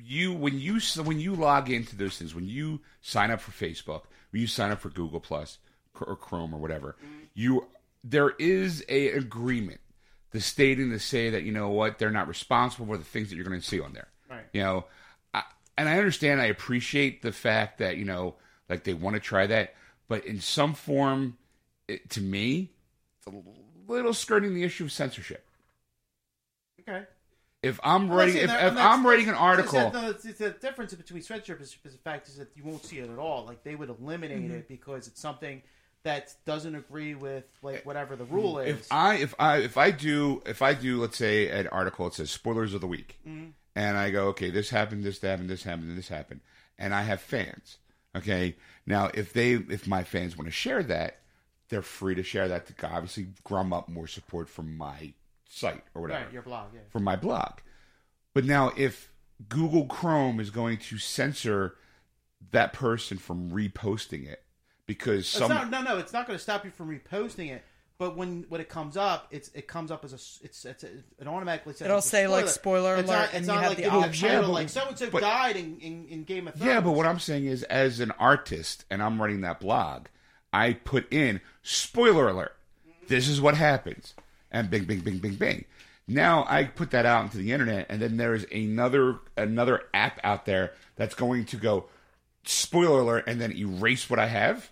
Speaker 3: You when you s- when you log into those things, when you sign up for Facebook, when you sign up for Google Plus cr- or Chrome or whatever, you there is a agreement, the stating to say that you know what they're not responsible for the things that you're going to see on there.
Speaker 4: Right.
Speaker 3: You know, I, and I understand. I appreciate the fact that you know, like they want to try that, but in some form, it, to me, it's a little skirting the issue of censorship.
Speaker 4: Okay.
Speaker 3: If I'm writing, if, if I'm writing an article,
Speaker 4: no, it's, it's the difference between sweatshirt is, is the fact is that you won't see it at all. Like they would eliminate
Speaker 3: Mm-hmm.
Speaker 4: it because it's something that doesn't agree with like whatever the rule is.
Speaker 3: if I if I if I do if I do let's say an article that says spoilers of the week,
Speaker 4: Mm-hmm.
Speaker 3: and I go okay this happened this happened this happened and this happened, and I have fans. Okay, now if they if my fans want to share that, they're free to share that to obviously drum up more support for my site or whatever
Speaker 4: right, your blog, yeah.
Speaker 3: for my blog. But now, if Google Chrome is going to censor that person from reposting it because
Speaker 4: It's
Speaker 3: some
Speaker 4: not, no, no, it's not going to stop you from reposting it. But when when it comes up, it's it comes up as a s- it's it's a, it automatically says
Speaker 5: It'll
Speaker 4: it's a
Speaker 5: say, like, spoiler
Speaker 4: It's
Speaker 5: alert,
Speaker 4: not, it's
Speaker 5: and you
Speaker 4: not
Speaker 5: have
Speaker 4: like
Speaker 5: the
Speaker 4: it will
Speaker 5: option.
Speaker 4: title,
Speaker 5: Yeah, but-
Speaker 4: like so and so
Speaker 3: but-
Speaker 4: died in, in, in Game of Thrones.
Speaker 3: yeah. But what I'm saying is, as an artist, and I'm running that blog, I put in spoiler alert. This is what happens, and bing, bing, bing, bing, bing. Now I put that out into the internet, and then there is another another app out there that's going to go spoiler alert and then erase what I have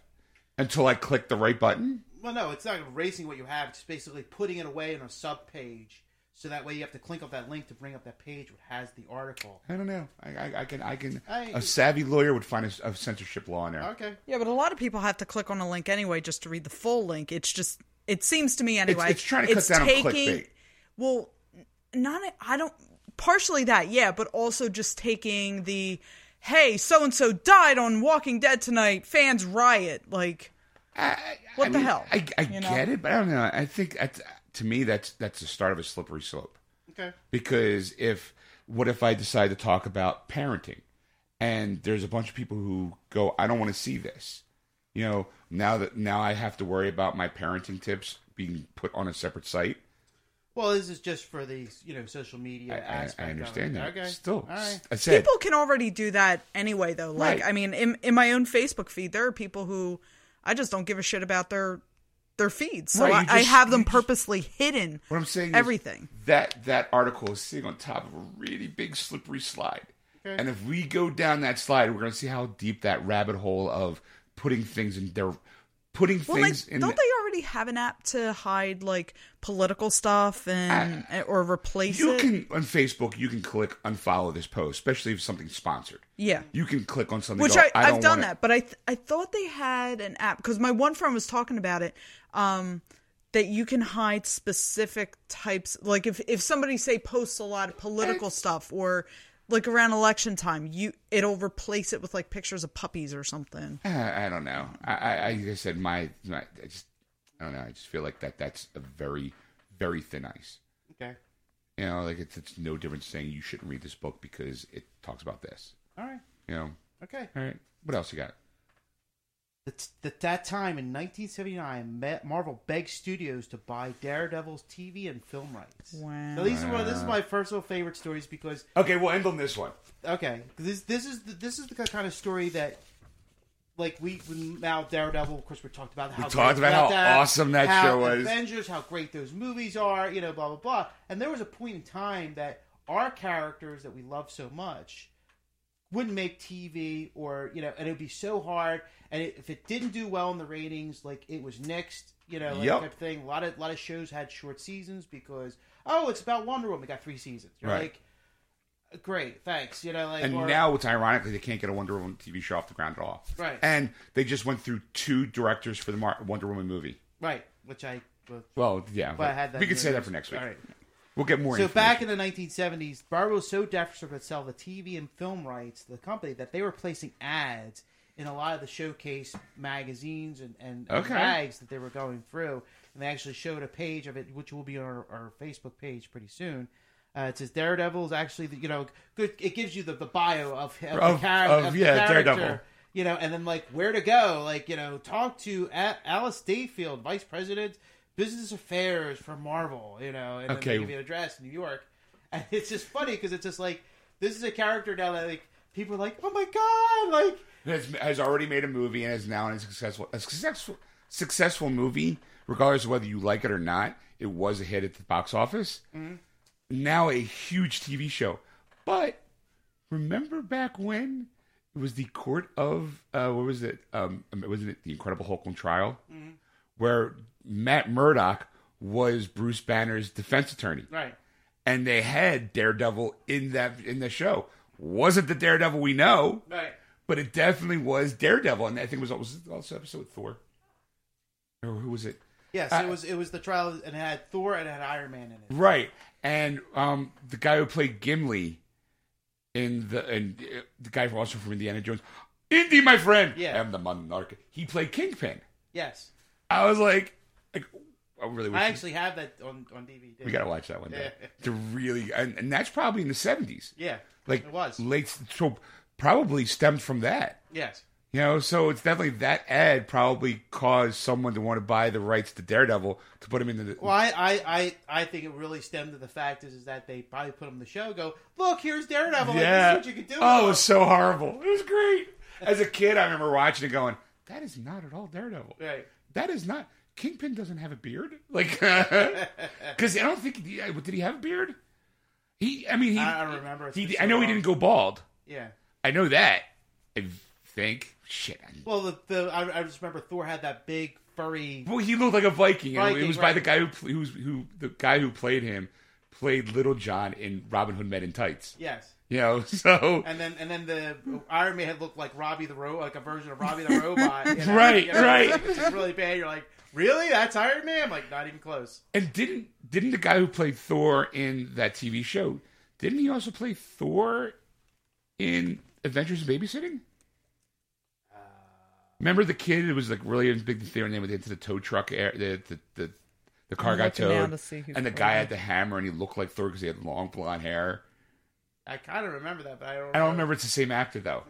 Speaker 3: until I click the right button.
Speaker 4: Well, no, it's not erasing what you have. It's basically putting it away in a sub page, so that way you have to click up that link to bring up that page which has the article.
Speaker 3: I don't know. I, I, I can. I can.
Speaker 4: I-
Speaker 3: a savvy lawyer would find a, s- a censorship law in there.
Speaker 4: Okay.
Speaker 5: Yeah, but a lot of people have to click on a link anyway just to read the full link. It's just it seems to me anyway.
Speaker 3: it's trying to cut down on clickbait.
Speaker 5: Well, n- not I don't partially that, yeah, but also just taking the hey, so and so died on Walking Dead tonight. Fans riot. Like
Speaker 3: I- I-
Speaker 5: What
Speaker 3: I
Speaker 5: the
Speaker 3: mean,
Speaker 5: hell?
Speaker 3: I, I
Speaker 5: You know?
Speaker 3: get it, but I don't know. I think that's, to me that's that's the start of a slippery slope.
Speaker 4: Okay.
Speaker 3: Because if what if I decide to talk about parenting, and there's a bunch of people who go, I don't want to see this. You know, now that now I have to worry about my parenting tips being put on a separate site.
Speaker 4: Well, this is just for the you know social media
Speaker 3: I- I,
Speaker 4: aspect.
Speaker 3: I
Speaker 4: of
Speaker 3: understand
Speaker 4: it.
Speaker 3: that.
Speaker 4: Okay.
Speaker 3: Still,
Speaker 4: All right.
Speaker 3: I said
Speaker 5: people can already do that anyway though. Like
Speaker 3: Right.
Speaker 5: I mean, in in my own Facebook feed, there are people who I just don't give a shit about their their feeds. So
Speaker 3: Right, you
Speaker 5: I, I
Speaker 3: just-
Speaker 5: have them
Speaker 3: you just-
Speaker 5: purposely hidden.
Speaker 3: What I'm saying is
Speaker 5: everything.
Speaker 3: that that article is sitting on top of a really big slippery slide.
Speaker 4: Okay.
Speaker 3: And if we go down that slide, we're going to see how deep that rabbit hole of putting things in their putting
Speaker 5: Well, like,
Speaker 3: things in
Speaker 5: don't they already have an app to hide like political stuff and or replace
Speaker 3: you
Speaker 5: it?
Speaker 3: can on Facebook you can click unfollow this post, especially if something's sponsored.
Speaker 5: yeah,
Speaker 3: You can click on something.
Speaker 5: which
Speaker 3: and
Speaker 5: I,
Speaker 3: go, I,
Speaker 5: I have
Speaker 3: don't
Speaker 5: done
Speaker 3: want it."
Speaker 5: that, but I th- I thought they had an app because my one friend was talking about it. Um, that you can hide specific types, like if if somebody say posts a lot of political stuff or like around election time, you it'll replace it with like pictures of puppies or something.
Speaker 3: Eh, I, I don't know. I, I, I like I said my, my I just I don't know. I just feel like that that's a very very thin ice.
Speaker 4: Okay.
Speaker 3: You know, like it's, it's no different saying you shouldn't read this book because it talks about this.
Speaker 4: All right.
Speaker 3: You know.
Speaker 4: Okay.
Speaker 3: All right. What else you got?
Speaker 4: At that, that time in 1979, Ma- Marvel begged studios to buy Daredevil's TV and film rights.
Speaker 5: Wow.
Speaker 4: So these are one. This is my first little favorite stories because
Speaker 3: Okay, we'll end on this one.
Speaker 4: okay, this this is the, this is the kind of story that. Like we when now Daredevil, of course, we talked about how
Speaker 3: talked
Speaker 4: great
Speaker 3: about how awesome that
Speaker 4: how
Speaker 3: show was.
Speaker 4: Avengers, how great those movies are, you know, blah blah blah. And there was a point in time that our characters that we love so much wouldn't make TV or you know, and it would be so hard. And it, if it didn't do well in the ratings, like it was next, you know, like
Speaker 3: Yep.
Speaker 4: type thing. A lot of lot of shows had short seasons because oh, it's about Wonder Woman. It got three seasons. You're
Speaker 3: Right.
Speaker 4: like, great, thanks. You know, like
Speaker 3: And
Speaker 4: or-
Speaker 3: now it's ironically they can't get a Wonder Woman TV show off the ground at all.
Speaker 4: Right.
Speaker 3: And they just went through two directors for the Mar- Wonder Woman movie.
Speaker 4: right, which I. Well,
Speaker 3: Well, yeah.
Speaker 4: but I had that
Speaker 3: we could say
Speaker 4: news.
Speaker 3: that for next week.
Speaker 4: All right.
Speaker 3: We'll get more.
Speaker 4: So back
Speaker 3: information.
Speaker 4: in the 1970s, Barber was so desperate to sell the TV and film rights to the company that they were placing ads in a lot of the showcase magazines and, and, and
Speaker 3: Okay.
Speaker 4: mags that they were going through. And they actually showed a page of it, which will be on our, our Facebook page pretty soon. Uh, it says Daredevil is actually, the, you know, good. It gives you the, the bio of, of,
Speaker 3: Of-
Speaker 4: the, char-
Speaker 3: of,
Speaker 4: of the
Speaker 3: yeah,
Speaker 4: character,
Speaker 3: Daredevil.
Speaker 4: You know, and then like where to go, like you know, talk to A- Alice Dayfield, Vice President, Business Affairs for Marvel. You know, and then
Speaker 3: Okay.
Speaker 4: they give you an address in New York. And it's just funny because it's just like this is a character now that like people are like, oh my god, like
Speaker 3: has, has already made a movie and is now in a successful a successful successful movie, regardless of whether you like it or not. It was a hit at the box office.
Speaker 4: Mm-hmm.
Speaker 3: Now a huge TV show, but remember back when it was the court of uh, what was it? Um, wasn't it the Incredible Hulk on trial,
Speaker 4: Mm-hmm.
Speaker 3: where Matt Murdock was Bruce Banner's defense attorney?
Speaker 4: right,
Speaker 3: and they had Daredevil in that in the show. Wasn't the Daredevil we know,
Speaker 4: right,
Speaker 3: but it definitely was Daredevil, and I think it was also, also episode with Thor, or who was it? Uh,
Speaker 4: yes, it was it was the trial and it had Thor and it had Iron Man in it.
Speaker 3: Right, and um, the guy who played Gimli in the and uh, the guy from- also from Indiana Jones, Indy, my friend,
Speaker 4: Yeah.
Speaker 3: I'm the monarch. He played Kingpin.
Speaker 4: Yes,
Speaker 3: I was like, like I really wish
Speaker 4: I actually have that on on DVD.
Speaker 3: we gotta watch that one day.
Speaker 4: Yeah.
Speaker 3: To really, and, and that's probably in the seventies.
Speaker 4: yeah,
Speaker 3: like
Speaker 4: it was
Speaker 3: late so probably stemmed from that
Speaker 4: yes,
Speaker 3: you know so it's definitely that ad probably caused someone to want to buy the rights to daredevil to put him into the
Speaker 4: Well, I, I, I, I think it really stemmed to the fact is, is that they probably put him in the show. Go look, here's Daredevil.
Speaker 3: yeah
Speaker 4: Like, this is what you can do. with
Speaker 3: oh it
Speaker 4: him."
Speaker 3: was so horrible it was great as a kid i remember watching it going that is not at all daredevil
Speaker 4: Right.
Speaker 3: that is not kingpin doesn't have a beard like because i don't think did he have a beard he i mean he
Speaker 4: I- I don't remember. It's
Speaker 3: he,
Speaker 4: been
Speaker 3: i
Speaker 4: so
Speaker 3: know he
Speaker 4: long.
Speaker 3: didn't go bald
Speaker 4: yeah.
Speaker 3: i know that i think shit I
Speaker 4: Well, the, the I, I just remember Thor had that big furry.
Speaker 3: Well, he looked like a Viking, and it
Speaker 4: Viking,
Speaker 3: was by
Speaker 4: right.
Speaker 3: the guy who, pl- who was who the guy who played him played Little John in Robin Hood Men in Tights.
Speaker 4: Yes.
Speaker 3: You know, so
Speaker 4: And then and then the Iron Man had looked like Robbie the Ro like a version of Robbie the Robot. you know?
Speaker 3: Right,
Speaker 4: You know,
Speaker 3: right.
Speaker 4: It's just really bad. You're like, really? That's Iron Man? I'm like, not even close.
Speaker 3: and didn't didn't the guy who played Thor in that TV show didn't he also play Thor in Adventures in Babysitting?
Speaker 5: Uh,
Speaker 3: Remember the kid who was like really big thing and they went into the tow truck air the the, the the car
Speaker 5: I'm
Speaker 3: got
Speaker 5: looking now
Speaker 3: towed,
Speaker 5: to see who
Speaker 3: and the
Speaker 5: played
Speaker 3: guy
Speaker 5: him.
Speaker 3: had the hammer, and he looked like Thor because he had long blonde hair.
Speaker 4: I kind of remember that, but I don't.
Speaker 5: Uh,
Speaker 3: I don't remember it's the same actor though.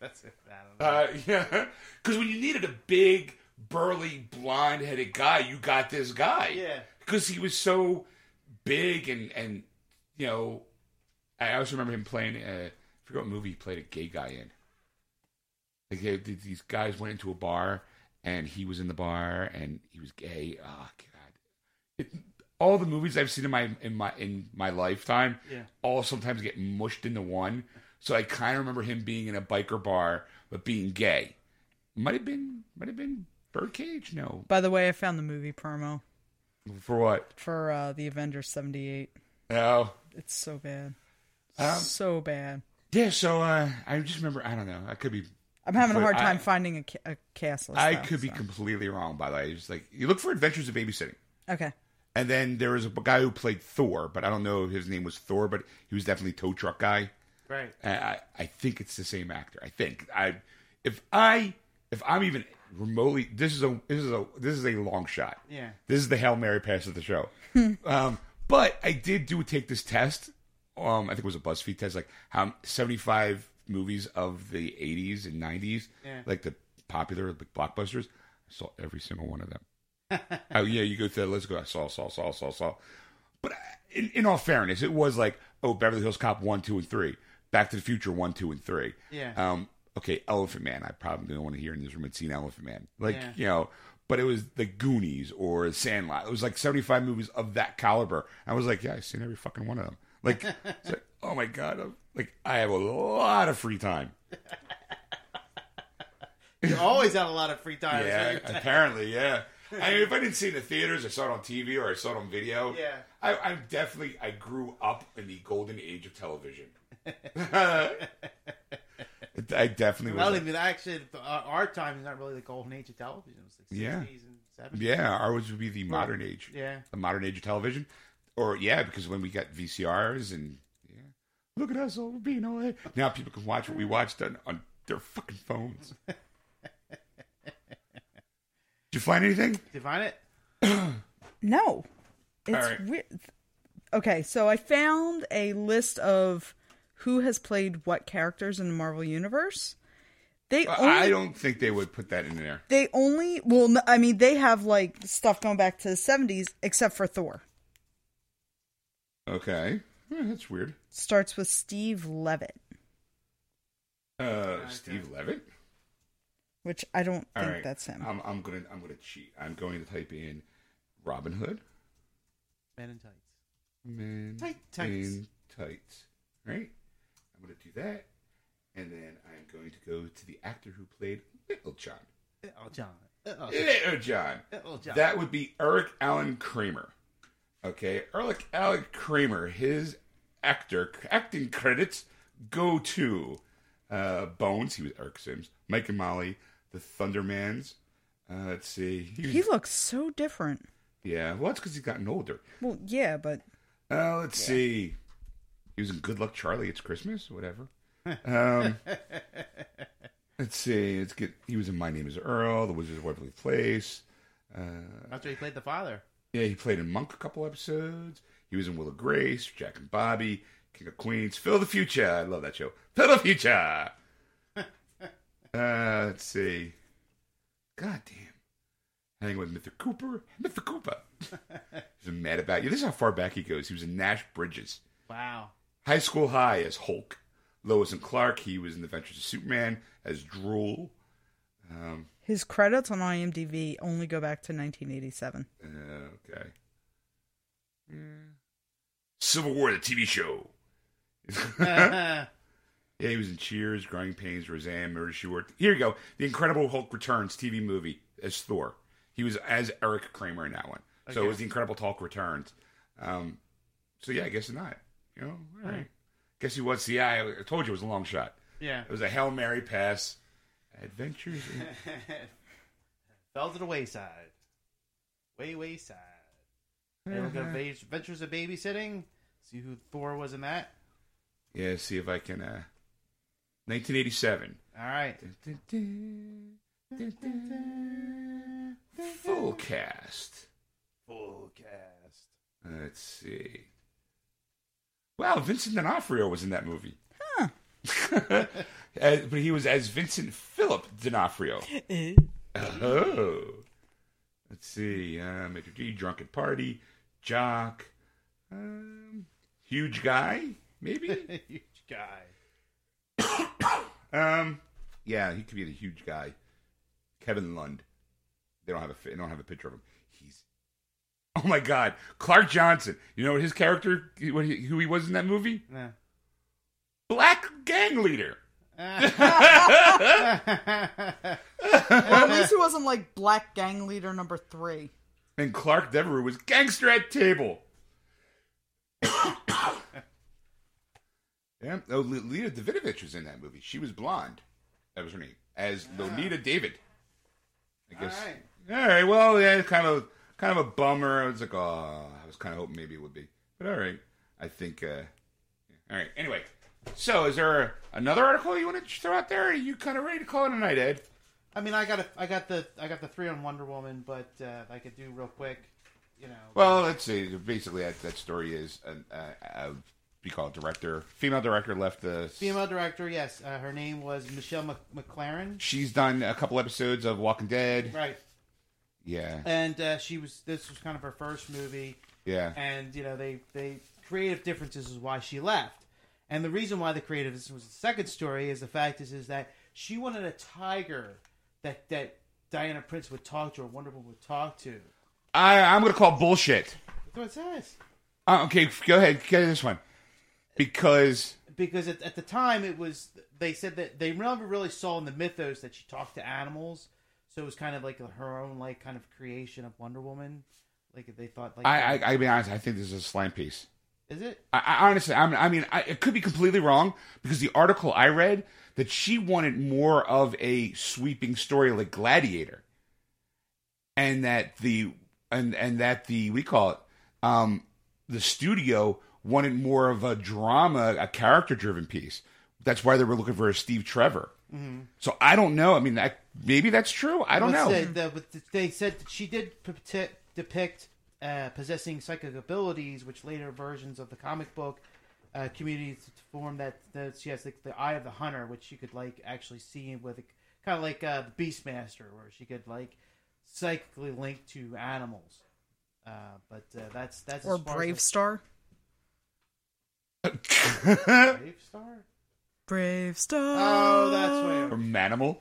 Speaker 4: That's it. I don't know.
Speaker 3: Uh, yeah, because when you needed a big, burly, blonde-headed guy, you got this guy.
Speaker 4: Yeah.
Speaker 3: because he was so big and and you know, I also remember him playing. Uh, I forget what movie he played a gay guy in. Like they, th- these guys went into a bar and he was in the bar and he was gay. Oh God! It, all the movies I've seen in my in my in my lifetime
Speaker 4: Yeah.
Speaker 3: all sometimes get mushed into one. So I kind of remember him being in a biker bar but being gay. Might have been might have been Birdcage. No,
Speaker 5: By the way, I found the movie promo
Speaker 3: for what?
Speaker 5: for uh, the Avengers 78.
Speaker 3: Oh,
Speaker 5: It's so bad.
Speaker 3: um,
Speaker 5: so bad.
Speaker 3: yeah. So uh, I just remember. I don't know. I could be.
Speaker 5: I'm having a
Speaker 3: but
Speaker 5: hard time
Speaker 3: I-
Speaker 5: finding a, ca- a cast list.
Speaker 3: I
Speaker 5: though,
Speaker 3: could be
Speaker 5: so.
Speaker 3: completely wrong. By the way, just like you look for Adventures of Babysitting.
Speaker 5: Okay.
Speaker 3: And then there was a guy who played Thor, but I don't know if his name was Thor, but he was definitely tow truck guy.
Speaker 4: Right.
Speaker 3: And I, I think it's the same actor. I think I, if I, if I'm even remotely, this is a this is a this is a long shot.
Speaker 4: Yeah.
Speaker 3: This is the hail mary pass of the show. um, but I did do take this test. Um, I think it was a BuzzFeed test, like how 75 movies of the 80s and 90s,
Speaker 4: Yeah.
Speaker 3: like the popular like blockbusters. I saw every single one of them. oh yeah, you go through. the list, go. I saw, saw, saw, saw, saw. But I- in, in all fairness, it was like oh, Beverly Hills Cop one, two, and three, Back to the Future one, two, and three.
Speaker 4: Yeah.
Speaker 3: Um. Okay, Elephant Man. I probably don't want to hear in this room had seen Elephant Man. Like
Speaker 4: Yeah.
Speaker 3: you know, but it was the Goonies or Sandlot. It was like seventy five movies of that caliber. I was like, yeah, I've seen every fucking one of them. Like, it's like oh my god, I'm, like I have a lot of free time.
Speaker 4: You always had a lot of free time.
Speaker 3: Yeah,
Speaker 4: right?
Speaker 3: apparently, yeah. I mean, if I didn't see it in the theaters, I saw it on TV or I saw it on video.
Speaker 4: Yeah.
Speaker 3: I, I'm definitely I grew up in the golden age of television. I definitely was.
Speaker 4: Well, I
Speaker 3: like-
Speaker 4: mean, actually, uh, our time is not really the golden age of television. It was like 60s
Speaker 3: Yeah.
Speaker 4: and 70s.
Speaker 3: yeah, ours would be the modern age.
Speaker 4: Yeah.
Speaker 3: the modern age of television, or yeah, because when we got VCRs and yeah, look at us all being all that. Now people can watch what we watched on, on their fucking phones. Did you find anything?
Speaker 4: Did you find it?
Speaker 5: No. It's
Speaker 3: All right.
Speaker 5: weird. Okay, so I found a list of who has played what characters in the Marvel universe. They only,
Speaker 3: I I don't think they would put that in there.
Speaker 5: they only well no, I mean they have like stuff going back to the 70s except for Thor.
Speaker 3: Okay, Eh, that's weird.
Speaker 5: Starts with Steve Levitt,
Speaker 3: Uh, Steve Levitt.
Speaker 5: which I don't
Speaker 3: All
Speaker 5: think
Speaker 3: right. Um,
Speaker 5: that's him.
Speaker 3: I'm, I'm gonna I'm gonna cheat. I'm going to type in Robin Hood.
Speaker 4: Men in Tights.
Speaker 3: Man
Speaker 4: Tight tights.
Speaker 3: in tights. Right? I'm going to do that. And then I'm going to go to the actor who played Little John.
Speaker 4: Oh, John. Oh,
Speaker 3: Little John.
Speaker 4: Little John.
Speaker 3: That would be Eric Allen Kramer. Okay, Eric Allen Kramer, his actor acting credits go to uh, Bones, he was Eric Sims, Mike and Molly, The Thundermans. Uh, let's see. He was-
Speaker 5: He looks so different.
Speaker 3: yeah, well, that's because he's gotten older.
Speaker 5: Well, yeah, but
Speaker 3: Uh, let's see. He was in Good Luck Charlie. It's Christmas, whatever. Um, let's see. Let's get. He was in My Name Is Earl, The Wizard of Waverly Place. Uh,
Speaker 4: That's where he played the father.
Speaker 3: yeah, he played in Monk a couple episodes. He was in Will of Grace, Jack and Bobby, King of Queens, Phil the Future. I love that show. Phil the Future. uh, let's see. God damn. Hanging with Mr. Cooper. Mr. Cooper. He's mad about you. This is how far back he goes. He was in Nash Bridges.
Speaker 4: Wow.
Speaker 3: High School High as Hulk. Lois and Clark. He was in The Adventures of Superman as Drool. Um,
Speaker 5: his credits on IMDb only go back to 1987.
Speaker 3: Uh, okay. Hmm. Civil War, the TV show. yeah, he was in Cheers, Growing Pains, Roseanne, Murder She Wrote. Here you go. The Incredible Hulk Returns TV movie as Thor. He was as Eric Kramer in that one. So it
Speaker 4: Okay.
Speaker 3: was The Incredible Hulk Returns. Um, so yeah, I guess not. You know, all right. Guess he was. See, I, I told you it was a long shot.
Speaker 4: yeah.
Speaker 3: It was a Hail Mary pass. Adventures in
Speaker 4: Fell to the wayside. Way, wayside. They look
Speaker 3: Uh-huh.
Speaker 4: at Ave- Adventures of Babysitting. See who Thor was in that?
Speaker 3: Yeah, see if I can. Uh, 1987.
Speaker 4: All right.
Speaker 3: Full cast.
Speaker 4: Full cast.
Speaker 3: Let's see. Wow, Vincent D'Onofrio was in that movie.
Speaker 5: Huh.
Speaker 3: As- but he was as Vincent Philip D'Onofrio. Oh. Let's see. Uh, Major D, Drunken Party, Jock, um, Huge Guy, maybe?
Speaker 4: Huge guy.
Speaker 3: Um, yeah, he could be the huge guy, Kevin Lund. They don't have a fi- they don't have a picture of him. He's oh my god, Clark Johnson. You know what his character, what he, who he was in that movie,
Speaker 4: Yeah.
Speaker 3: black gang leader.
Speaker 5: well, at least he wasn't like Black Gang Leader number three.
Speaker 3: And Clark Devereux was gangster at table. yeah, no, L- Lita Davidovich was in that movie. She was blonde. That was her name as Lonita David. I guess.
Speaker 4: All right.
Speaker 3: All right. Well, yeah, it's kind of kind of a bummer. I was like, oh, I was kind of hoping maybe it would be, but all right. I think. uh yeah. All right. Anyway, so is there another article you want to throw out there? Are you kind of ready to call it a night, Ed?
Speaker 4: I mean, I got a, I got the, I got the three on Wonder Woman, but uh, if I could do real quick, you know.
Speaker 3: Well, let's see. Basically, that, that story is an, uh, uh, we call it director. Female director left the.
Speaker 4: female director, yes, uh, her name was Michelle Mc- McLaren.
Speaker 3: She's done a couple episodes of Walking Dead.
Speaker 4: Right.
Speaker 3: Yeah,
Speaker 4: And uh, she was. This was kind of her first movie.
Speaker 3: yeah.
Speaker 4: and you know they they creative differences is why she left and the reason why the creative this was the second story is the fact is is that she wanted a tiger that that diana prince would talk to or wonder woman would talk to
Speaker 3: I I'm gonna call bullshit.
Speaker 4: that's what it says
Speaker 3: Uh, okay, f- go ahead. Get this one. because
Speaker 4: because at, at the time it was they said that they never really saw in the mythos that she talked to animals so it was kind of like her own like kind of creation of wonder woman like they thought like
Speaker 3: I, I, I be honest, I think this is a slam piece.
Speaker 4: is it
Speaker 3: I, I honestly, I mean, I, mean I, it could be completely wrong because the article I read that she wanted more of a sweeping story like Gladiator, and that the and and that the we call it um, the studio wanted more of a drama, a character driven piece. That's why they were looking for a Steve Trevor. So I don't know. I mean, that maybe that's true. I don't
Speaker 4: Mm-hmm. Let's
Speaker 3: know.
Speaker 4: say that- but th- they said that she did p- t- depict uh, possessing psychic abilities, which later versions of the comic book uh, community form that, that she has like the eye of the hunter, which she could like actually see with kind of like uh, the Beastmaster, where she could like psychically link to animals. Uh, but uh, that's that's
Speaker 5: or
Speaker 4: as far
Speaker 5: Brave
Speaker 4: as
Speaker 5: Star.
Speaker 4: Brave Star.
Speaker 5: Brave Star.
Speaker 4: Oh, that's where.
Speaker 3: Or Manimal.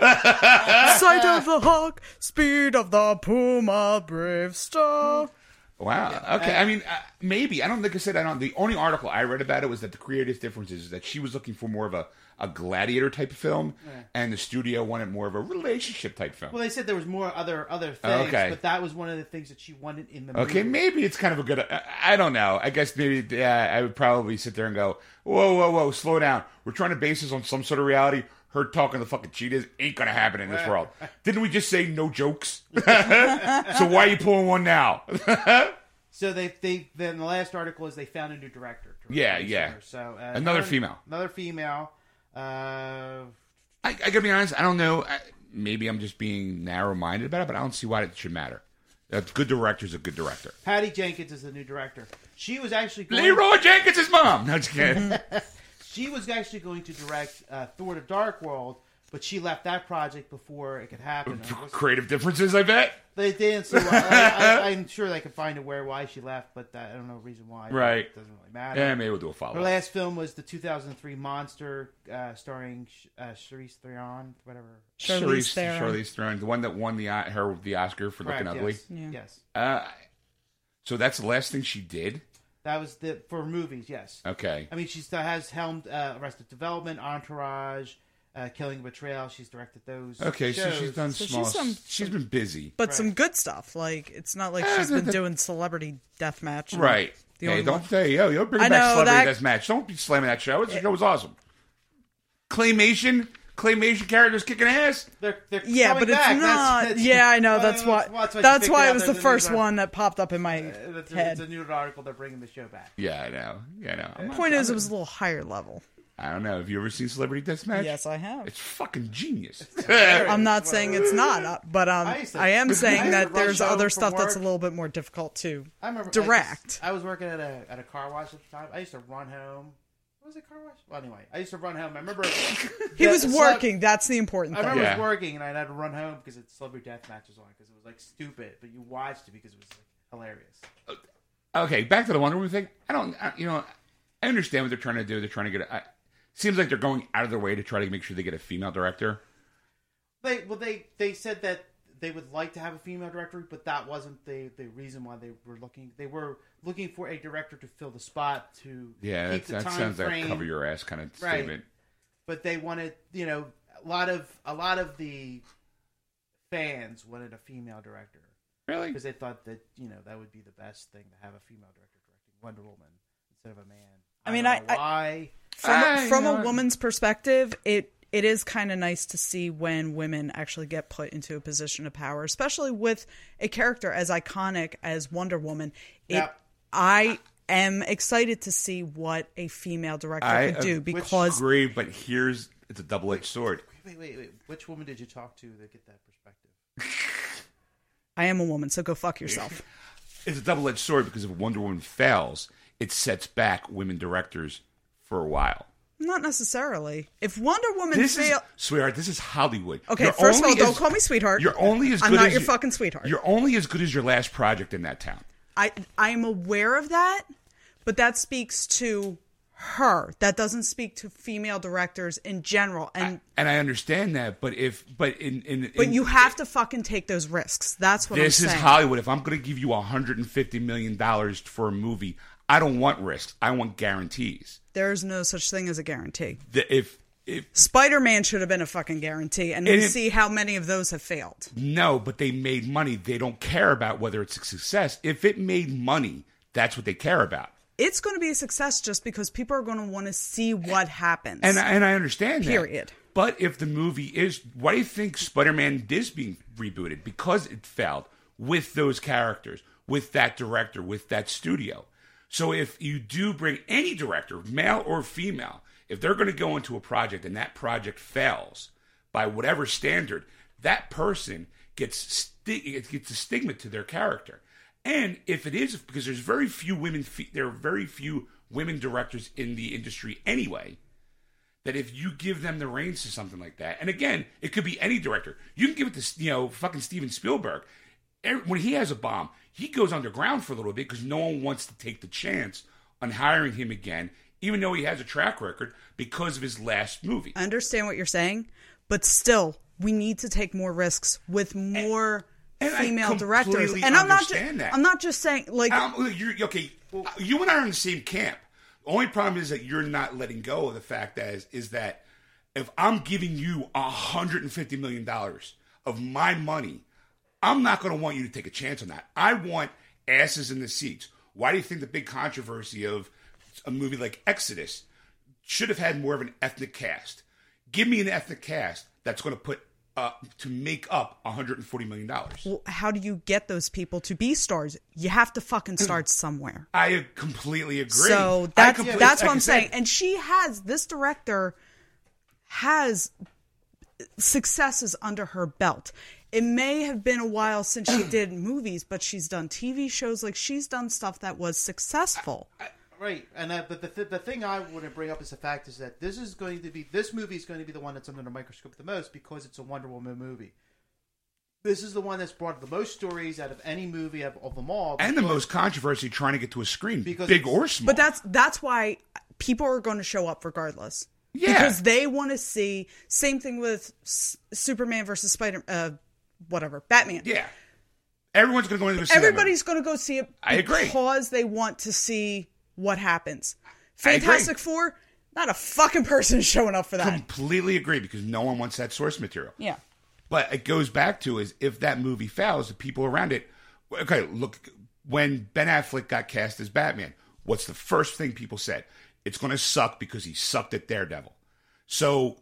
Speaker 5: Sight of the hawk, speed of the puma, brave star.
Speaker 3: Wow. okay. I mean, uh, maybe I don't think I said I don't. The only article I read about it was that the creative difference is that she was looking for more of a, a gladiator type of film, and the studio wanted more of a relationship type film.
Speaker 4: Well, they said there was more other other things,
Speaker 3: Okay.
Speaker 4: but that was one of the things that she wanted in the
Speaker 3: okay,
Speaker 4: movie.
Speaker 3: maybe it's kind of a good. I, I don't know. I guess maybe yeah, I would probably sit there and go, whoa, whoa, whoa, slow down. We're trying to base this on some sort of reality. Her talking to fucking cheetahs ain't gonna happen in this world. Didn't we just say no jokes? so why are you pulling one now?
Speaker 4: So they they then the last article is they found a new director. to
Speaker 3: Yeah,
Speaker 4: replace
Speaker 3: yeah.
Speaker 4: her. So uh,
Speaker 3: Another female.
Speaker 4: Another female. Uh,
Speaker 3: I, I gotta be honest. I don't know. I, maybe I'm just being narrow-minded about it, but I don't see why it should matter. A good director's a good director.
Speaker 4: Patty Jenkins is the new director. She was actually going,
Speaker 3: Leroy Jenkins' is mom. No, just kidding.
Speaker 4: she was actually going to direct uh, Thor: The Dark World, but she left that project before it could happen. And it was-
Speaker 3: Creative differences, I bet.
Speaker 4: they didn't. So I, I, I'm sure they could find a where why she left, but I don't know the reason why.
Speaker 3: Right.
Speaker 4: It doesn't really matter.
Speaker 3: Yeah, maybe we'll do a follow-up.
Speaker 4: Her last film was the 2003 Monster, uh, starring Sh- uh, Charlize Theron, whatever.
Speaker 5: Charlize Theron.
Speaker 3: Charlize Theron, the one that won the uh, her the Oscar for looking
Speaker 4: Correct,
Speaker 3: ugly.
Speaker 4: Yes. yes.
Speaker 3: Uh, so that's the last thing she did.
Speaker 4: That was the for movies, yes.
Speaker 3: Okay.
Speaker 4: I mean, she still has helmed uh, Arrested Development, Entourage, uh, Killing a Betrayal. She's directed those.
Speaker 3: Okay, so
Speaker 4: shows.
Speaker 3: she's done
Speaker 5: So she's
Speaker 3: small.
Speaker 5: some-
Speaker 3: she's been busy.
Speaker 5: But some good stuff. Like it's not like
Speaker 3: Ah,
Speaker 5: she's
Speaker 3: the-
Speaker 5: been
Speaker 3: the-
Speaker 5: doing celebrity deathmatch. and
Speaker 3: Right.
Speaker 5: The
Speaker 3: hey,
Speaker 5: only
Speaker 3: don't
Speaker 5: one.
Speaker 3: say yo, yo, bring
Speaker 5: I
Speaker 3: back
Speaker 5: know,
Speaker 3: celebrity
Speaker 5: that-
Speaker 3: death match. Don't be slamming that show. That show was awesome. Claymation, claymation characters kicking ass.
Speaker 4: They're, they're
Speaker 5: Yeah,
Speaker 4: coming
Speaker 5: but it's
Speaker 4: back.
Speaker 5: not.
Speaker 4: That's- that's-
Speaker 5: yeah, I know.
Speaker 4: Uh,
Speaker 5: That's why. That's,
Speaker 4: that's why she picked
Speaker 5: why
Speaker 4: out
Speaker 5: it was
Speaker 4: there
Speaker 5: the
Speaker 4: to do
Speaker 5: first
Speaker 4: that.
Speaker 5: one that popped up in my
Speaker 4: Uh, That's a,
Speaker 5: head.
Speaker 4: it's a new article. They're bringing the show back.
Speaker 3: Yeah, I know. Yeah, I know. I'm not-
Speaker 5: Point is, it was a little higher level.
Speaker 3: I don't know. Have you ever seen Celebrity Deathmatch?
Speaker 5: Yes, I have.
Speaker 3: It's fucking genius.
Speaker 5: I'm not saying it's not, uh, but um,
Speaker 4: I
Speaker 5: I,
Speaker 4: used to-
Speaker 5: am
Speaker 4: I used
Speaker 5: saying
Speaker 4: to
Speaker 5: that
Speaker 4: rush
Speaker 5: there's
Speaker 4: home
Speaker 5: other
Speaker 4: from
Speaker 5: stuff that's a
Speaker 4: work.
Speaker 5: little bit more difficult to
Speaker 4: I remember I
Speaker 5: direct.
Speaker 4: used- I, was working at a at a car wash at the time. I used to run home. What was it car wash? Well, anyway, I used to run home. I remember
Speaker 5: he was
Speaker 4: so-
Speaker 5: working. that's the important
Speaker 4: I
Speaker 5: thing.
Speaker 4: remember I
Speaker 3: Yeah.
Speaker 4: was working and I had to run home because it's celebrity death matches on because it was like stupid, but you watched it because it was like, hilarious.
Speaker 3: okay, back to the Wonder Woman thing. I don't, I, you know, I understand what they're trying to do. They're trying to get. A, I, seems like they're going out of their way to try to make sure they get a female director.
Speaker 4: They well they they said that they would like to have a female director, but that wasn't the the reason why they were looking. They were looking for a director to fill the spot to
Speaker 3: Yeah,
Speaker 4: keep
Speaker 3: that,
Speaker 4: the
Speaker 3: that
Speaker 4: time
Speaker 3: sounds like
Speaker 4: frame.
Speaker 3: a cover your ass kind of
Speaker 4: Right.
Speaker 3: statement.
Speaker 4: But they wanted you know a lot of a lot of the fans wanted a female director
Speaker 3: Really?
Speaker 4: because they thought that you know that would be the best thing to have a female director directing Wonder Woman instead of a man.
Speaker 5: I mean,
Speaker 4: don't know
Speaker 5: I- I-
Speaker 4: why.
Speaker 5: from,
Speaker 3: I
Speaker 5: a, from
Speaker 4: uh,
Speaker 3: know.
Speaker 5: a woman's perspective, it it is kind of nice to see when women actually get put into a position of power, especially with a character as iconic as Wonder Woman. It,
Speaker 4: Now-
Speaker 5: I am excited to see what a female director
Speaker 3: I
Speaker 5: could do
Speaker 3: ag-
Speaker 5: because
Speaker 3: agree, but here's it's a double edged sword.
Speaker 4: Wait, wait, wait. Which woman did you talk to to get that perspective?
Speaker 5: I am a woman, so go fuck yourself.
Speaker 3: It's a double edged sword because if Wonder Woman fails, it sets back women directors for a while.
Speaker 5: Not necessarily. If Wonder Woman
Speaker 3: This is
Speaker 5: fail,
Speaker 3: sweetheart. This is Hollywood.
Speaker 5: okay.
Speaker 3: You're
Speaker 5: first of all,
Speaker 3: only
Speaker 5: don't
Speaker 3: as-
Speaker 5: call me sweetheart.
Speaker 3: You're only as
Speaker 5: I'm
Speaker 3: good
Speaker 5: not
Speaker 3: as
Speaker 5: your
Speaker 3: you-
Speaker 5: fucking sweetheart.
Speaker 3: You're only as good as your last project in that town.
Speaker 5: I I'm aware of that, but that speaks to her. That doesn't speak to female directors in general. And
Speaker 3: and I understand that, but if but in in,
Speaker 5: but
Speaker 3: in-
Speaker 5: you have to fucking take those risks. That's what
Speaker 3: this
Speaker 5: I'm
Speaker 3: is
Speaker 5: saying.
Speaker 3: Hollywood. If I'm going to give you 150 million dollars for a movie, I don't want risks. I want guarantees.
Speaker 5: there is no such thing as a guarantee.
Speaker 3: The, if if
Speaker 5: Spider Man should have been a fucking guarantee, and,
Speaker 3: And
Speaker 5: we
Speaker 3: it-
Speaker 5: see how many of those have failed.
Speaker 3: no, but they made money, they don't care about whether it's a success. If it made money, that's what they care about.
Speaker 5: It's going to be a success just because people are going to want to see what happens.
Speaker 3: And I- and I understand that.
Speaker 5: Period.
Speaker 3: But if the movie is, why do you think Spider-Man is being rebooted? Because it failed with those characters, with that director, with that studio. So if you do bring any director, male or female, if they're going to go into a project and that project fails by whatever standard, that person gets sti- it gets a stigma to their character. And if it is because there's very few women, fe- there are very few women directors in the industry anyway that if you give them the reins to something like that, and again, it could be any director. You can give it to you know fucking Steven Spielberg. Every- When he has a bomb, he goes underground for a little bit because no one wants to take the chance on hiring him again, even though he has a track record because of his last movie.
Speaker 5: I understand what you're saying, but still, we need to take more risks with more
Speaker 3: and I
Speaker 5: female directors.
Speaker 3: completely
Speaker 5: And I'm not. Ju-
Speaker 3: understand that.
Speaker 5: I'm not just saying like
Speaker 3: Um, you're, okay, you and I are in the same camp. Only problem is that you're not letting go of the fact that is, is that if I'm giving you $150 million of my money, I'm not going to want you to take a chance on that. I want asses in the seats. Why do you think the big controversy of a movie like Exodus should have had more of an ethnic cast? Give me an ethnic cast that's going to put uh, to make up 140 million dollars.
Speaker 5: how do you get those people to be stars? You have to fucking start somewhere.
Speaker 3: I completely agree.
Speaker 5: So
Speaker 3: Hmm. I
Speaker 5: that's
Speaker 3: completely-
Speaker 5: that's
Speaker 3: like
Speaker 5: what
Speaker 3: I
Speaker 5: I'm
Speaker 3: said,
Speaker 5: saying. And she has this director has successes under her belt. It may have been a while since she did movies, but she's done TV shows. Like she's done stuff that was successful.
Speaker 4: Right, and uh, but the th- the thing I want to bring up is the fact is that this is going to be this movie is going to be the one that's under the microscope the most because it's a Wonder Woman movie. This is the one that's brought the most stories out of any movie of, of them all.
Speaker 3: and the most controversy trying to get to a screen,
Speaker 4: Because
Speaker 3: big
Speaker 4: it's-
Speaker 3: or small.
Speaker 5: But that's that's why people are going to show up regardless.
Speaker 3: Yeah.
Speaker 5: Because they want to see same thing with S- Superman versus Spider uh whatever, Batman.
Speaker 3: yeah, everyone's going to go into this.
Speaker 5: Everybody's going to go see it
Speaker 3: I agree.
Speaker 5: because they want to see what happens.
Speaker 3: I agree.
Speaker 5: Fantastic Four, not a fucking person is showing up for that.
Speaker 3: completely agree because no one wants that source material.
Speaker 5: yeah.
Speaker 3: But it goes back to is if that movie fails, the people around it. Okay, look when Ben Affleck got cast as Batman, what's the first thing people said? It's going to suck because he sucked at Daredevil. So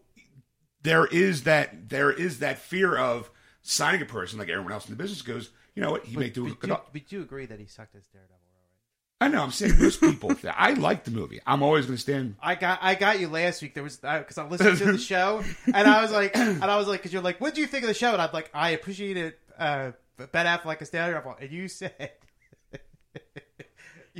Speaker 3: there is that there is that fear of signing a person like everyone else in the business goes. You know what? He may do a
Speaker 4: we,
Speaker 3: good
Speaker 4: do, we do agree that he sucked as Daredevil.
Speaker 3: I know. I'm saying most people. I like the movie. I'm always going to stand.
Speaker 4: I got I got you last week. There was because I listened to the show and I was like and I was like because you're like what do you think of the show and I'm like I appreciate it. Uh, Ben Affleck as Daredevil, and you said.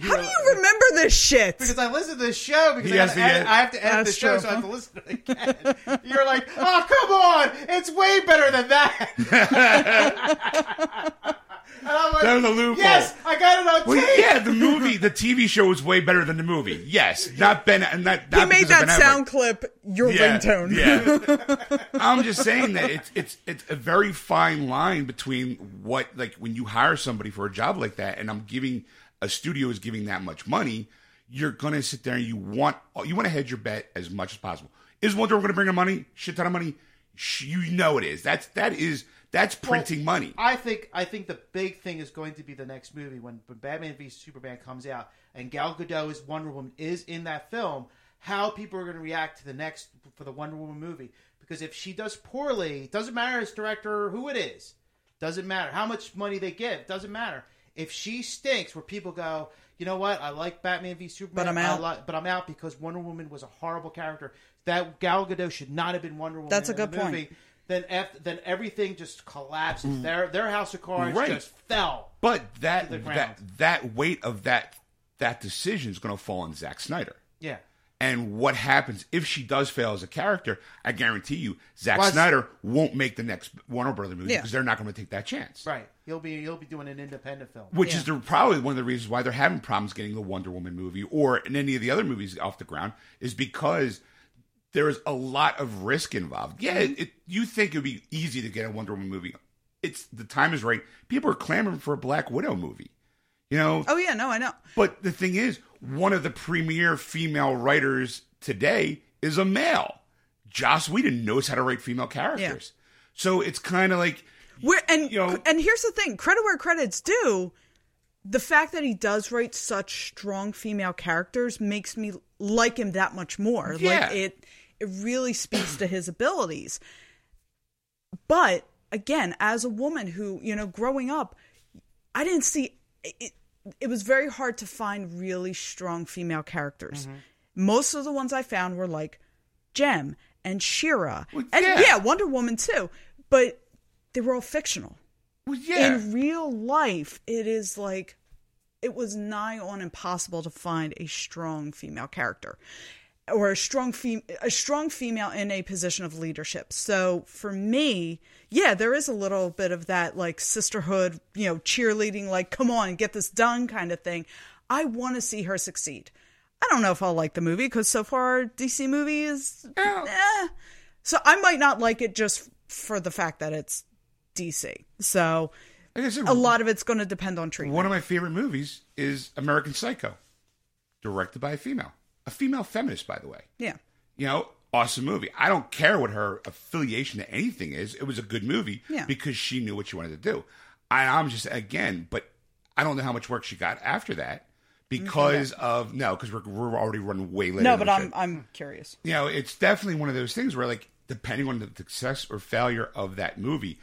Speaker 5: How do you remember this shit?
Speaker 4: because I listen to the show because
Speaker 3: He
Speaker 4: I,
Speaker 3: has
Speaker 4: gotta
Speaker 3: to
Speaker 4: edit,
Speaker 3: get-
Speaker 4: I have to edit
Speaker 5: That's
Speaker 4: the show,
Speaker 5: true.
Speaker 4: so I have to listen to it again. You're like, oh come on, it's way better than that. and I'm like,
Speaker 3: There's a loophole.
Speaker 4: yes, I got it on
Speaker 3: Well,
Speaker 4: tape.
Speaker 3: yeah, the movie, the TV show was way better than the movie. Yes, not Ben. Not,
Speaker 5: you
Speaker 3: not
Speaker 5: made
Speaker 3: because of
Speaker 5: that
Speaker 3: Ben Affleck.
Speaker 5: sound clip your
Speaker 3: Yeah,
Speaker 5: ringtone.
Speaker 3: Yeah, I'm just saying that it's it's it's a very fine line between what like when you hire somebody for a job like that, and I'm giving a studio is giving that much money, you're gonna sit there and you want you want to hedge your bet as much as possible. Is Wonder Woman gonna bring her money? Shit ton of money. Sh- You know it is. That's that is that's printing money.
Speaker 4: I think I think the big thing is going to be the next movie when, when Batman v Superman comes out and Gal Gadot as Wonder Woman is in that film. How people are going to react to the next for the Wonder Woman movie? Because if she does poorly, doesn't matter as director or who it is, doesn't matter how much money they give, doesn't matter. If she stinks, where people go, you know what? I like Batman v Superman,
Speaker 5: But I'm
Speaker 4: I
Speaker 5: out."
Speaker 4: li- but I'm out because Wonder Woman was a horrible character. That Gal Gadot should not have been Wonder Woman.
Speaker 5: That's a
Speaker 4: in the
Speaker 5: good point.
Speaker 4: movie then F, then everything just collapses. Their their house of cards
Speaker 3: Mm. Right.
Speaker 4: just fell.
Speaker 3: But that
Speaker 4: the ground.
Speaker 3: that that weight of that that decision is going to fall on Zack Snyder,
Speaker 4: Yeah,
Speaker 3: and what happens if she does fail as a character, I guarantee you, Zack
Speaker 4: Well, it's-
Speaker 3: Snyder won't make the next Warner Brother movie
Speaker 5: Yeah.
Speaker 3: because they're not going to take that chance.
Speaker 4: Right. He'll be he'll be doing an independent film.
Speaker 3: Which
Speaker 5: Yeah.
Speaker 3: is the, probably one of the reasons why they're having problems getting the Wonder Woman movie or in any of the other movies off the ground is because there is a lot of risk involved. Yeah, it, it- you think it would be easy to get a Wonder Woman movie. It's the time is right. People are clamoring for a Black Widow movie. You know,
Speaker 5: Oh yeah, no, I know.
Speaker 3: but the thing is, one of the premier female writers today is a male. Joss Whedon knows how to write female characters. So it's kind of like
Speaker 5: Where and
Speaker 3: You know-
Speaker 5: and here's the thing: credit where credits due. The fact that he does write such strong female characters makes me like him that much more.
Speaker 3: Yeah.
Speaker 5: Like it, it really speaks to his abilities. But again, as a woman who you know, growing up, I didn't see it. It was very hard to find really strong female characters.
Speaker 3: Mm-hmm.
Speaker 5: Most of the ones I found were like Jem and Shira,
Speaker 3: Well,
Speaker 5: and
Speaker 3: yeah.
Speaker 5: yeah, Wonder Woman too. But they were all fictional.
Speaker 3: well, yeah.
Speaker 5: In real life, it is like it was nigh on impossible to find a strong female character or a strong fem- a strong female in a position of leadership. So for me, yeah, there is a little bit of that like sisterhood, you know, cheerleading like come on, get this done kind of thing. I want to see her succeed. I don't know if I'll like the movie cuz so far DC movie is eh. so I might not like it just for the fact that it's DC. So
Speaker 3: Like I said,
Speaker 5: a lot of it's going to depend on treatment.
Speaker 3: One of my favorite movies is American Psycho, directed by a female, a female feminist, by the way.
Speaker 5: yeah.
Speaker 3: You know, awesome movie. I don't care what her affiliation to anything is. It was a good movie
Speaker 5: Yeah.
Speaker 3: because she knew what she wanted to do. I, I'm just again, but I don't know how much work she got after that because of no, because we're we're already running way late.
Speaker 5: No,
Speaker 3: on
Speaker 5: but
Speaker 3: this
Speaker 5: I'm
Speaker 3: shit.
Speaker 5: I'm curious.
Speaker 3: you know, it's definitely one of those things where like depending on the success or failure of that movie.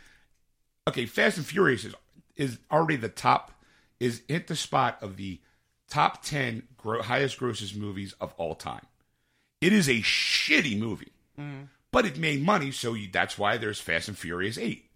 Speaker 3: Okay, Fast and Furious is is already the top is hit the spot of the top 10 gro- highest grosses movies of all time. It is a shitty movie. But it made money, so you, that's why there's Fast and Furious 8.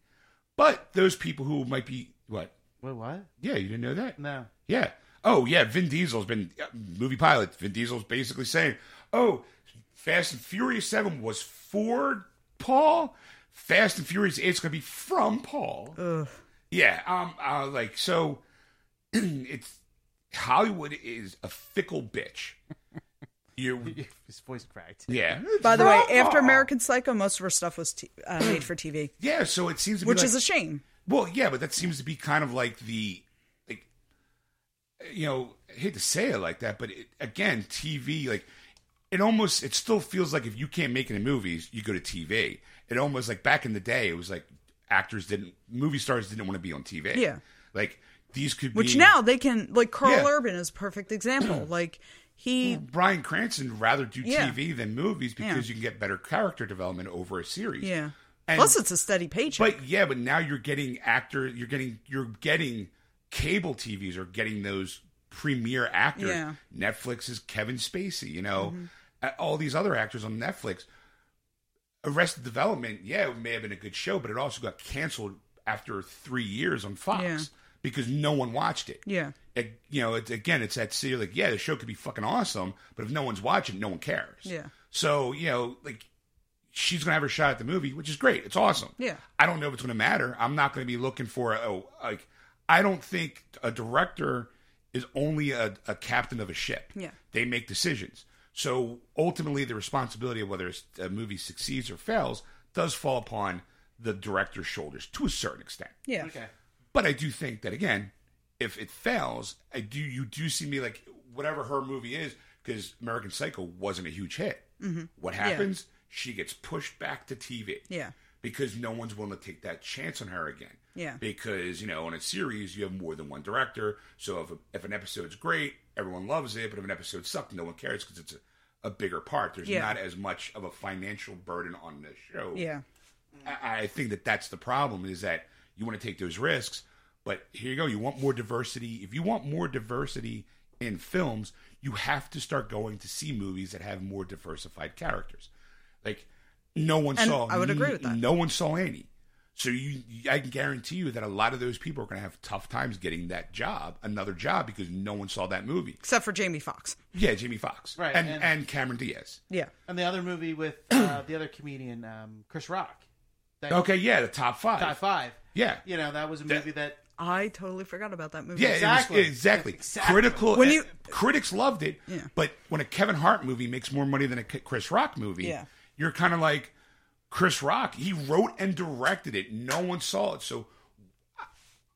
Speaker 3: But those people who might be what?
Speaker 4: Wait, what?
Speaker 3: Yeah, you didn't know that?
Speaker 4: No.
Speaker 3: Yeah. Oh yeah, Vin Diesel's been yeah, movie pilot. Vin Diesel's basically saying, "Oh, Fast and Furious Seven was for Paul. Fast and Furious Eight's going to be from Paul." Yeah. Um. Uh, like so, it's Hollywood is a fickle bitch. You.
Speaker 4: His voice cracked.
Speaker 3: Yeah.
Speaker 5: By the way,
Speaker 3: From
Speaker 5: after
Speaker 3: Paul.
Speaker 5: American Psycho, most of her stuff was t- uh, made for TV,
Speaker 3: Yeah. So it seems to be
Speaker 5: which
Speaker 3: like-
Speaker 5: is a shame.
Speaker 3: Well, yeah, but that seems to be kind of like the, like, you know, I hate to say it like that, but it, again, TV, like, it almost, it still feels like if you can't make it in movies, you go to TV. It almost like back in the day, it was like actors didn't, movie stars didn't want to be on TV.
Speaker 5: Yeah.
Speaker 3: like these could
Speaker 5: Which
Speaker 3: be
Speaker 5: now they can like Carl
Speaker 3: Yeah.
Speaker 5: Urban is a perfect example. like he
Speaker 3: Brian Cranston rather do
Speaker 5: Yeah.
Speaker 3: TV than movies because you can get better character development over a series.
Speaker 5: yeah.
Speaker 3: And-
Speaker 5: Plus it's a steady paycheck.
Speaker 3: But yeah, but now you're getting actor, you're getting you're getting cable TVs are getting those premier actors.
Speaker 5: Yeah. Mm-hmm.
Speaker 3: Netflix is Kevin Spacey, you know, uh, all these other actors on Netflix. Arrested Development, yeah, it may have been a good show, but it also got canceled after three years on Fox
Speaker 5: Yeah.
Speaker 3: because no one watched it.
Speaker 5: yeah.
Speaker 3: It- you know, it's again, it's that see, like, yeah, the show could be fucking awesome, but if no one's watching, no one cares.
Speaker 5: Yeah.
Speaker 3: So you know, like, she's gonna have her shot at the movie, which is great. It's awesome.
Speaker 5: Yeah.
Speaker 3: I don't know if it's gonna matter. I'm not gonna be looking for a, oh, like, I don't think a director is only a, a captain of a ship.
Speaker 5: Yeah.
Speaker 3: They make decisions. So ultimately, the responsibility of whether it's- a movie succeeds or fails does fall upon the director's shoulders to a certain extent.
Speaker 5: Yeah.
Speaker 4: Okay.
Speaker 3: But I do think that again, if it fails, I do you do see me like whatever her movie is because American Psycho wasn't a huge hit.
Speaker 5: Mm-hmm.
Speaker 3: What happens? She gets pushed back to TV.
Speaker 5: Yeah.
Speaker 3: Because no one's willing to take that chance on her again.
Speaker 5: Yeah.
Speaker 3: Because you know, on a series, you have more than one director. So if a, if an episode's great, everyone loves it. But if an episode sucked, no one cares because it's a, a bigger part. There's
Speaker 5: Yeah.
Speaker 3: not as much of a financial burden on the show.
Speaker 5: Yeah.
Speaker 3: I I think that that's the problem is that you want to take those risks, but here you go. You want more diversity. If you want more diversity in films, you have to start going to see movies that have more diversified characters. Like no one
Speaker 5: And
Speaker 3: saw.
Speaker 5: I would agree with that.
Speaker 3: No one saw Annie. So you, I can guarantee you that a lot of those people are going to have tough times getting that job, another job, because no one saw that movie.
Speaker 5: except for Jamie Foxx.
Speaker 3: Yeah, Jamie Foxx,
Speaker 4: Right,
Speaker 3: and,
Speaker 4: and-
Speaker 3: and Cameron Diaz.
Speaker 5: Yeah.
Speaker 4: And the other movie with uh, the other comedian, um, Chris Rock, that
Speaker 3: Okay, yeah, the top five.
Speaker 4: Top Five.
Speaker 3: Yeah,
Speaker 4: You know, that was a
Speaker 3: That-
Speaker 4: movie that
Speaker 5: I totally forgot about that movie.
Speaker 3: yeah,
Speaker 4: Exactly.
Speaker 3: exactly. It was, exactly.
Speaker 4: Exactly.
Speaker 3: Critical. uh,
Speaker 5: When you-
Speaker 3: critics loved it,
Speaker 5: Yeah.
Speaker 3: but when a Kevin Hart movie makes more money than a K- Chris Rock movie,
Speaker 5: Yeah.
Speaker 3: you're kind of like Chris Rock. He wrote and directed it. No one saw it, so uh,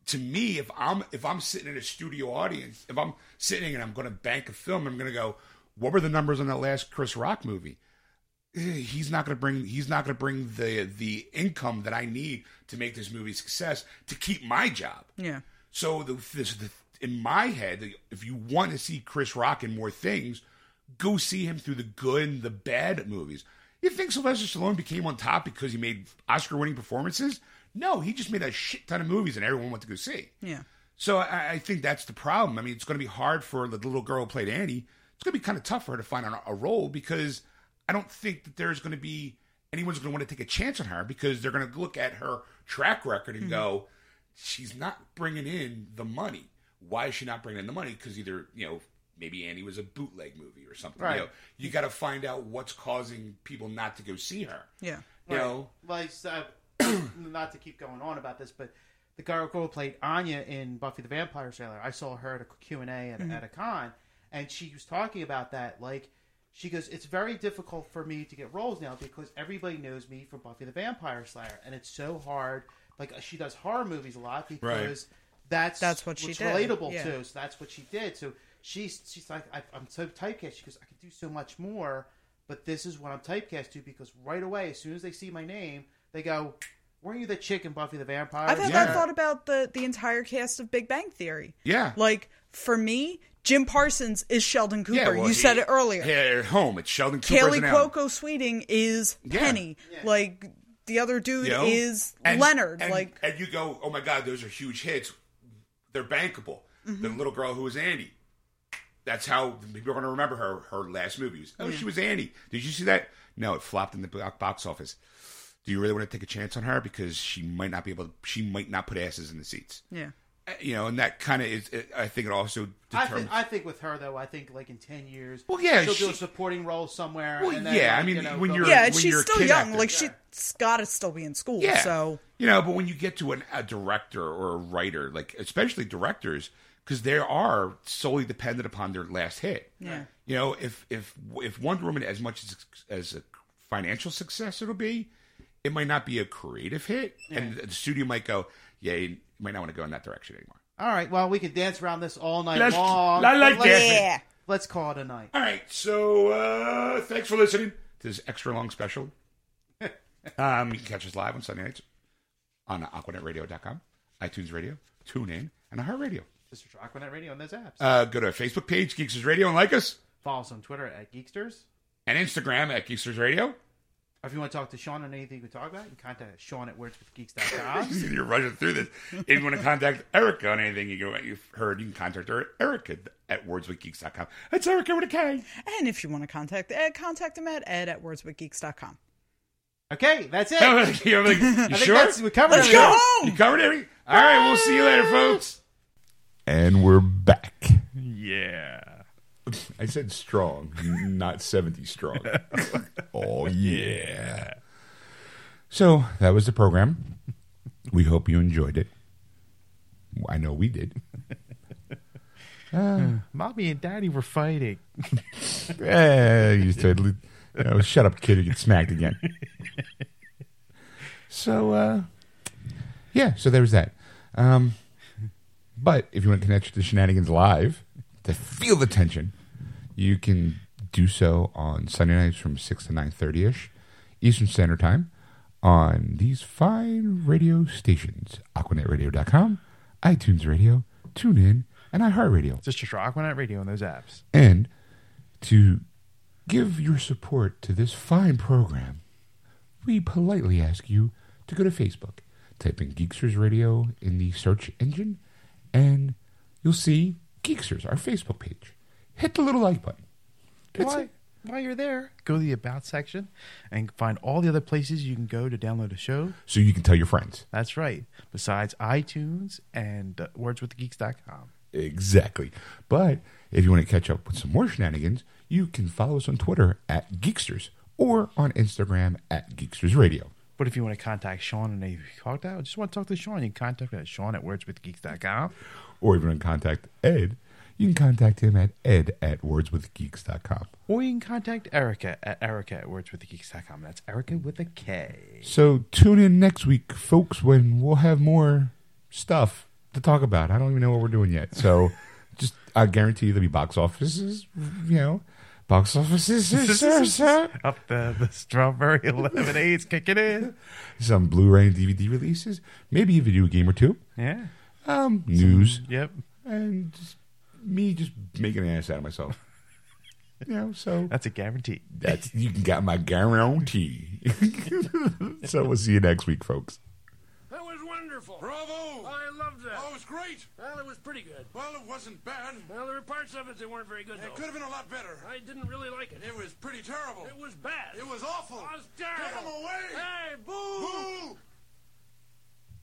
Speaker 3: to me, if I'm if I'm sitting in a studio audience, if I'm sitting and I'm going to bank a film, I'm going to go, what were the numbers on that last Chris Rock movie? Eh, He's not going to bring he's not going to bring the the income that I need to make this movie a success to keep my job.
Speaker 5: Yeah.
Speaker 3: So the, this, the in my head, if you want to see Chris Rock in more things, go see him through the good and the bad movies. You think Sylvester Stallone became on top because he made Oscar-winning performances? No, he just made a shit ton of movies, and everyone went to go see.
Speaker 5: Yeah.
Speaker 3: So I, I think that's the problem. I mean, it's going to be hard for the little girl who played Annie. It's going to be kind of tough for her to find a, a role because I don't think that there's going to be anyone's going to want to take a chance on her because they're going to look at her track record
Speaker 5: Mm-hmm.
Speaker 3: and go, she's not bringing in the money. Why is she not bringing in the money? Because either you know maybe Annie was a bootleg movie or something.
Speaker 4: Right.
Speaker 3: You know, you got to find out what's causing people not to go see her.
Speaker 5: Yeah.
Speaker 3: You know,
Speaker 4: like uh, not to keep going on about this, but the girl who played Anya in Buffy the Vampire Slayer. I saw her at a Q and A at,
Speaker 3: Mm-hmm.
Speaker 4: at a con, and she was talking about that. Like she goes, "It's very difficult for me to get roles now because everybody knows me from Buffy the Vampire Slayer, and it's so hard." Like uh, she does horror movies a lot because that's
Speaker 5: That's what she
Speaker 4: what's
Speaker 5: did,
Speaker 4: relatable
Speaker 5: yeah.
Speaker 4: to. So that's what she did. So she's she's like, I, I'm so typecast. She goes, I could do so much more, but this is what I'm typecast to because right away, as soon as they see my name, they go, "Weren't you the chick in Buffy the Vampire?"
Speaker 5: I've had
Speaker 3: Uh, Yeah.
Speaker 5: that thought about the the entire cast of Big Bang Theory.
Speaker 3: yeah.
Speaker 5: Like for me, Jim Parsons is Sheldon Cooper.
Speaker 3: yeah, well,
Speaker 5: you said
Speaker 3: he-
Speaker 5: it earlier.
Speaker 3: Here at home, it's Sheldon Cooper.
Speaker 5: Kaylee Cuoco Sweeting is
Speaker 3: Yeah.
Speaker 5: Penny. Like the other dude
Speaker 3: you know?
Speaker 5: is
Speaker 3: And-
Speaker 5: Leonard.
Speaker 3: and-
Speaker 5: like
Speaker 3: and you go, oh my god, those are huge hits. They're bankable.
Speaker 5: Mm-hmm.
Speaker 3: The little girl who was Annie. That's how people are going to remember her. Her last movie was, oh, she was Annie. Did you see that? No, it flopped in the bo- box office. Do you really want to take a chance on her because she might not be able? To, she might not put asses in the seats.
Speaker 5: yeah.
Speaker 3: Uh, You know, and that kind of is. It, I think it also
Speaker 4: I
Speaker 3: determines.
Speaker 4: think, I think with her though, I think like in ten years,
Speaker 3: Well, yeah,
Speaker 4: she'll do a
Speaker 3: she- supporting
Speaker 4: supporting role somewhere.
Speaker 3: Well,
Speaker 4: and then,
Speaker 3: yeah,
Speaker 4: like,
Speaker 3: I mean,
Speaker 4: you know,
Speaker 3: when
Speaker 4: go-
Speaker 3: you're-
Speaker 5: Yeah, and
Speaker 3: when
Speaker 5: she's
Speaker 3: a
Speaker 5: still
Speaker 3: kid
Speaker 5: young.
Speaker 3: actor.
Speaker 5: Like she's got to still be in school.
Speaker 3: Yeah.
Speaker 5: So
Speaker 3: you know, but when you get to an, a director or a writer, like especially directors, because they are solely dependent upon their last hit.
Speaker 5: Yeah.
Speaker 3: You know, if if if Wonder Woman, as much as as a financial success it'll be, it might not be a creative hit, and the studio might go, yeah, you might not want to go in that direction anymore.
Speaker 4: all right, well, we could dance around this all night
Speaker 3: Let's-
Speaker 4: long.
Speaker 3: I like
Speaker 4: but let's-
Speaker 3: dancing.
Speaker 5: yeah.
Speaker 4: Let's call it a night.
Speaker 3: All right, so uh, thanks for listening to this extra long special. um, you can catch us live on Sunday nights on AquanetRadio.com, iTunes Radio, TuneIn, and iHeartRadio.
Speaker 4: Sister Aquanet Radio on those apps.
Speaker 3: Uh, go to our Facebook page, Geeksters Radio, and like us,
Speaker 4: Follow us on Twitter at Geeksters.
Speaker 3: and Instagram at Geeksters Radio.
Speaker 4: Or if you want to talk to Sean on anything we talk about, you can contact Sean at wordswithgeeks.com.
Speaker 3: You're rushing through this. If you want to contact Erica on anything you go, you've heard, you can contact her at Erica at wordswithgeeks.com. That's Erica with a K.
Speaker 5: And if you want to contact Ed, contact him at ed at wordswithgeeks.com.
Speaker 4: okay, that's it.
Speaker 3: I'm
Speaker 4: I
Speaker 3: like, you
Speaker 4: think
Speaker 3: sure?
Speaker 4: that's we covered
Speaker 5: Let's
Speaker 4: everything.
Speaker 5: go home.
Speaker 3: You covered everything? All right, we'll see you later, folks.
Speaker 1: And we're back.
Speaker 6: Yeah.
Speaker 3: I said strong, not 70 strong.
Speaker 1: Oh, yeah.
Speaker 3: So that was the program. We hope you enjoyed it. I know we did.
Speaker 2: Mommy and daddy were fighting.
Speaker 3: Eh, you totally. you know, shut up, kid. You get smacked again. So, uh, yeah. So there was that. Um, but if you want to connect to Shenanigans live to feel the tension, you can do so on Sunday nights from six to nine thirty ish Eastern Standard Time on these fine radio stations: AquanetRadio.com, iTunes Radio, TuneIn, and iHeartRadio
Speaker 2: Sister Aquanet Radio on those apps.
Speaker 3: and to give your support to this fine program, we politely ask you to go to Facebook, type in Geeksters Radio in the search engine, and you'll see Geeksters, our Facebook page. Hit the little like button.
Speaker 2: Do
Speaker 3: That's
Speaker 2: I?
Speaker 3: it.
Speaker 2: while you're there, go to the About section and find all the other places you can go to download a show.
Speaker 3: So you can tell your friends.
Speaker 2: That's right. Besides iTunes and uh, wordswiththegeeks.com.
Speaker 3: Exactly. But if you want to catch up with some more shenanigans, you can follow us on Twitter at Geeksters or on Instagram at Geeksters Radio.
Speaker 2: But if you want to contact Sean and they talked out, just want to talk to Sean, you can contact him at Sean at wordswithgeeks.com.
Speaker 3: Or if you want to contact Ed, you can contact him at ed at wordswithgeeks.com.
Speaker 2: Or you can contact Erica at Erica at wordswiththegeeks.com. That's Erica with a K.
Speaker 3: So tune in next week, folks, when we'll have more stuff to talk about. I don't even know what we're doing yet. So just I guarantee you there'll be box offices, you know. Box offices, sir, sir, sir.
Speaker 2: Up uh, the, the strawberry lemonade's kicking in.
Speaker 3: some Blu-ray and DVD releases, maybe a video game or two,
Speaker 2: Yeah.
Speaker 3: um, news,
Speaker 2: Yep.
Speaker 3: and just me just making an ass out of myself. you know, so
Speaker 2: That's a guarantee.
Speaker 3: that's you got my guarantee. so we'll see you next week, folks.
Speaker 6: That was wonderful.
Speaker 1: Bravo!
Speaker 6: I loved that.
Speaker 1: That was great.
Speaker 6: Well, it was pretty good.
Speaker 1: Well, it wasn't bad.
Speaker 6: Well, there were parts of it that weren't very good,
Speaker 1: It
Speaker 6: though.
Speaker 1: could have been a lot better.
Speaker 6: I didn't really like it.
Speaker 1: It was pretty terrible.
Speaker 6: It was bad.
Speaker 1: It was awful.
Speaker 6: I was terrible.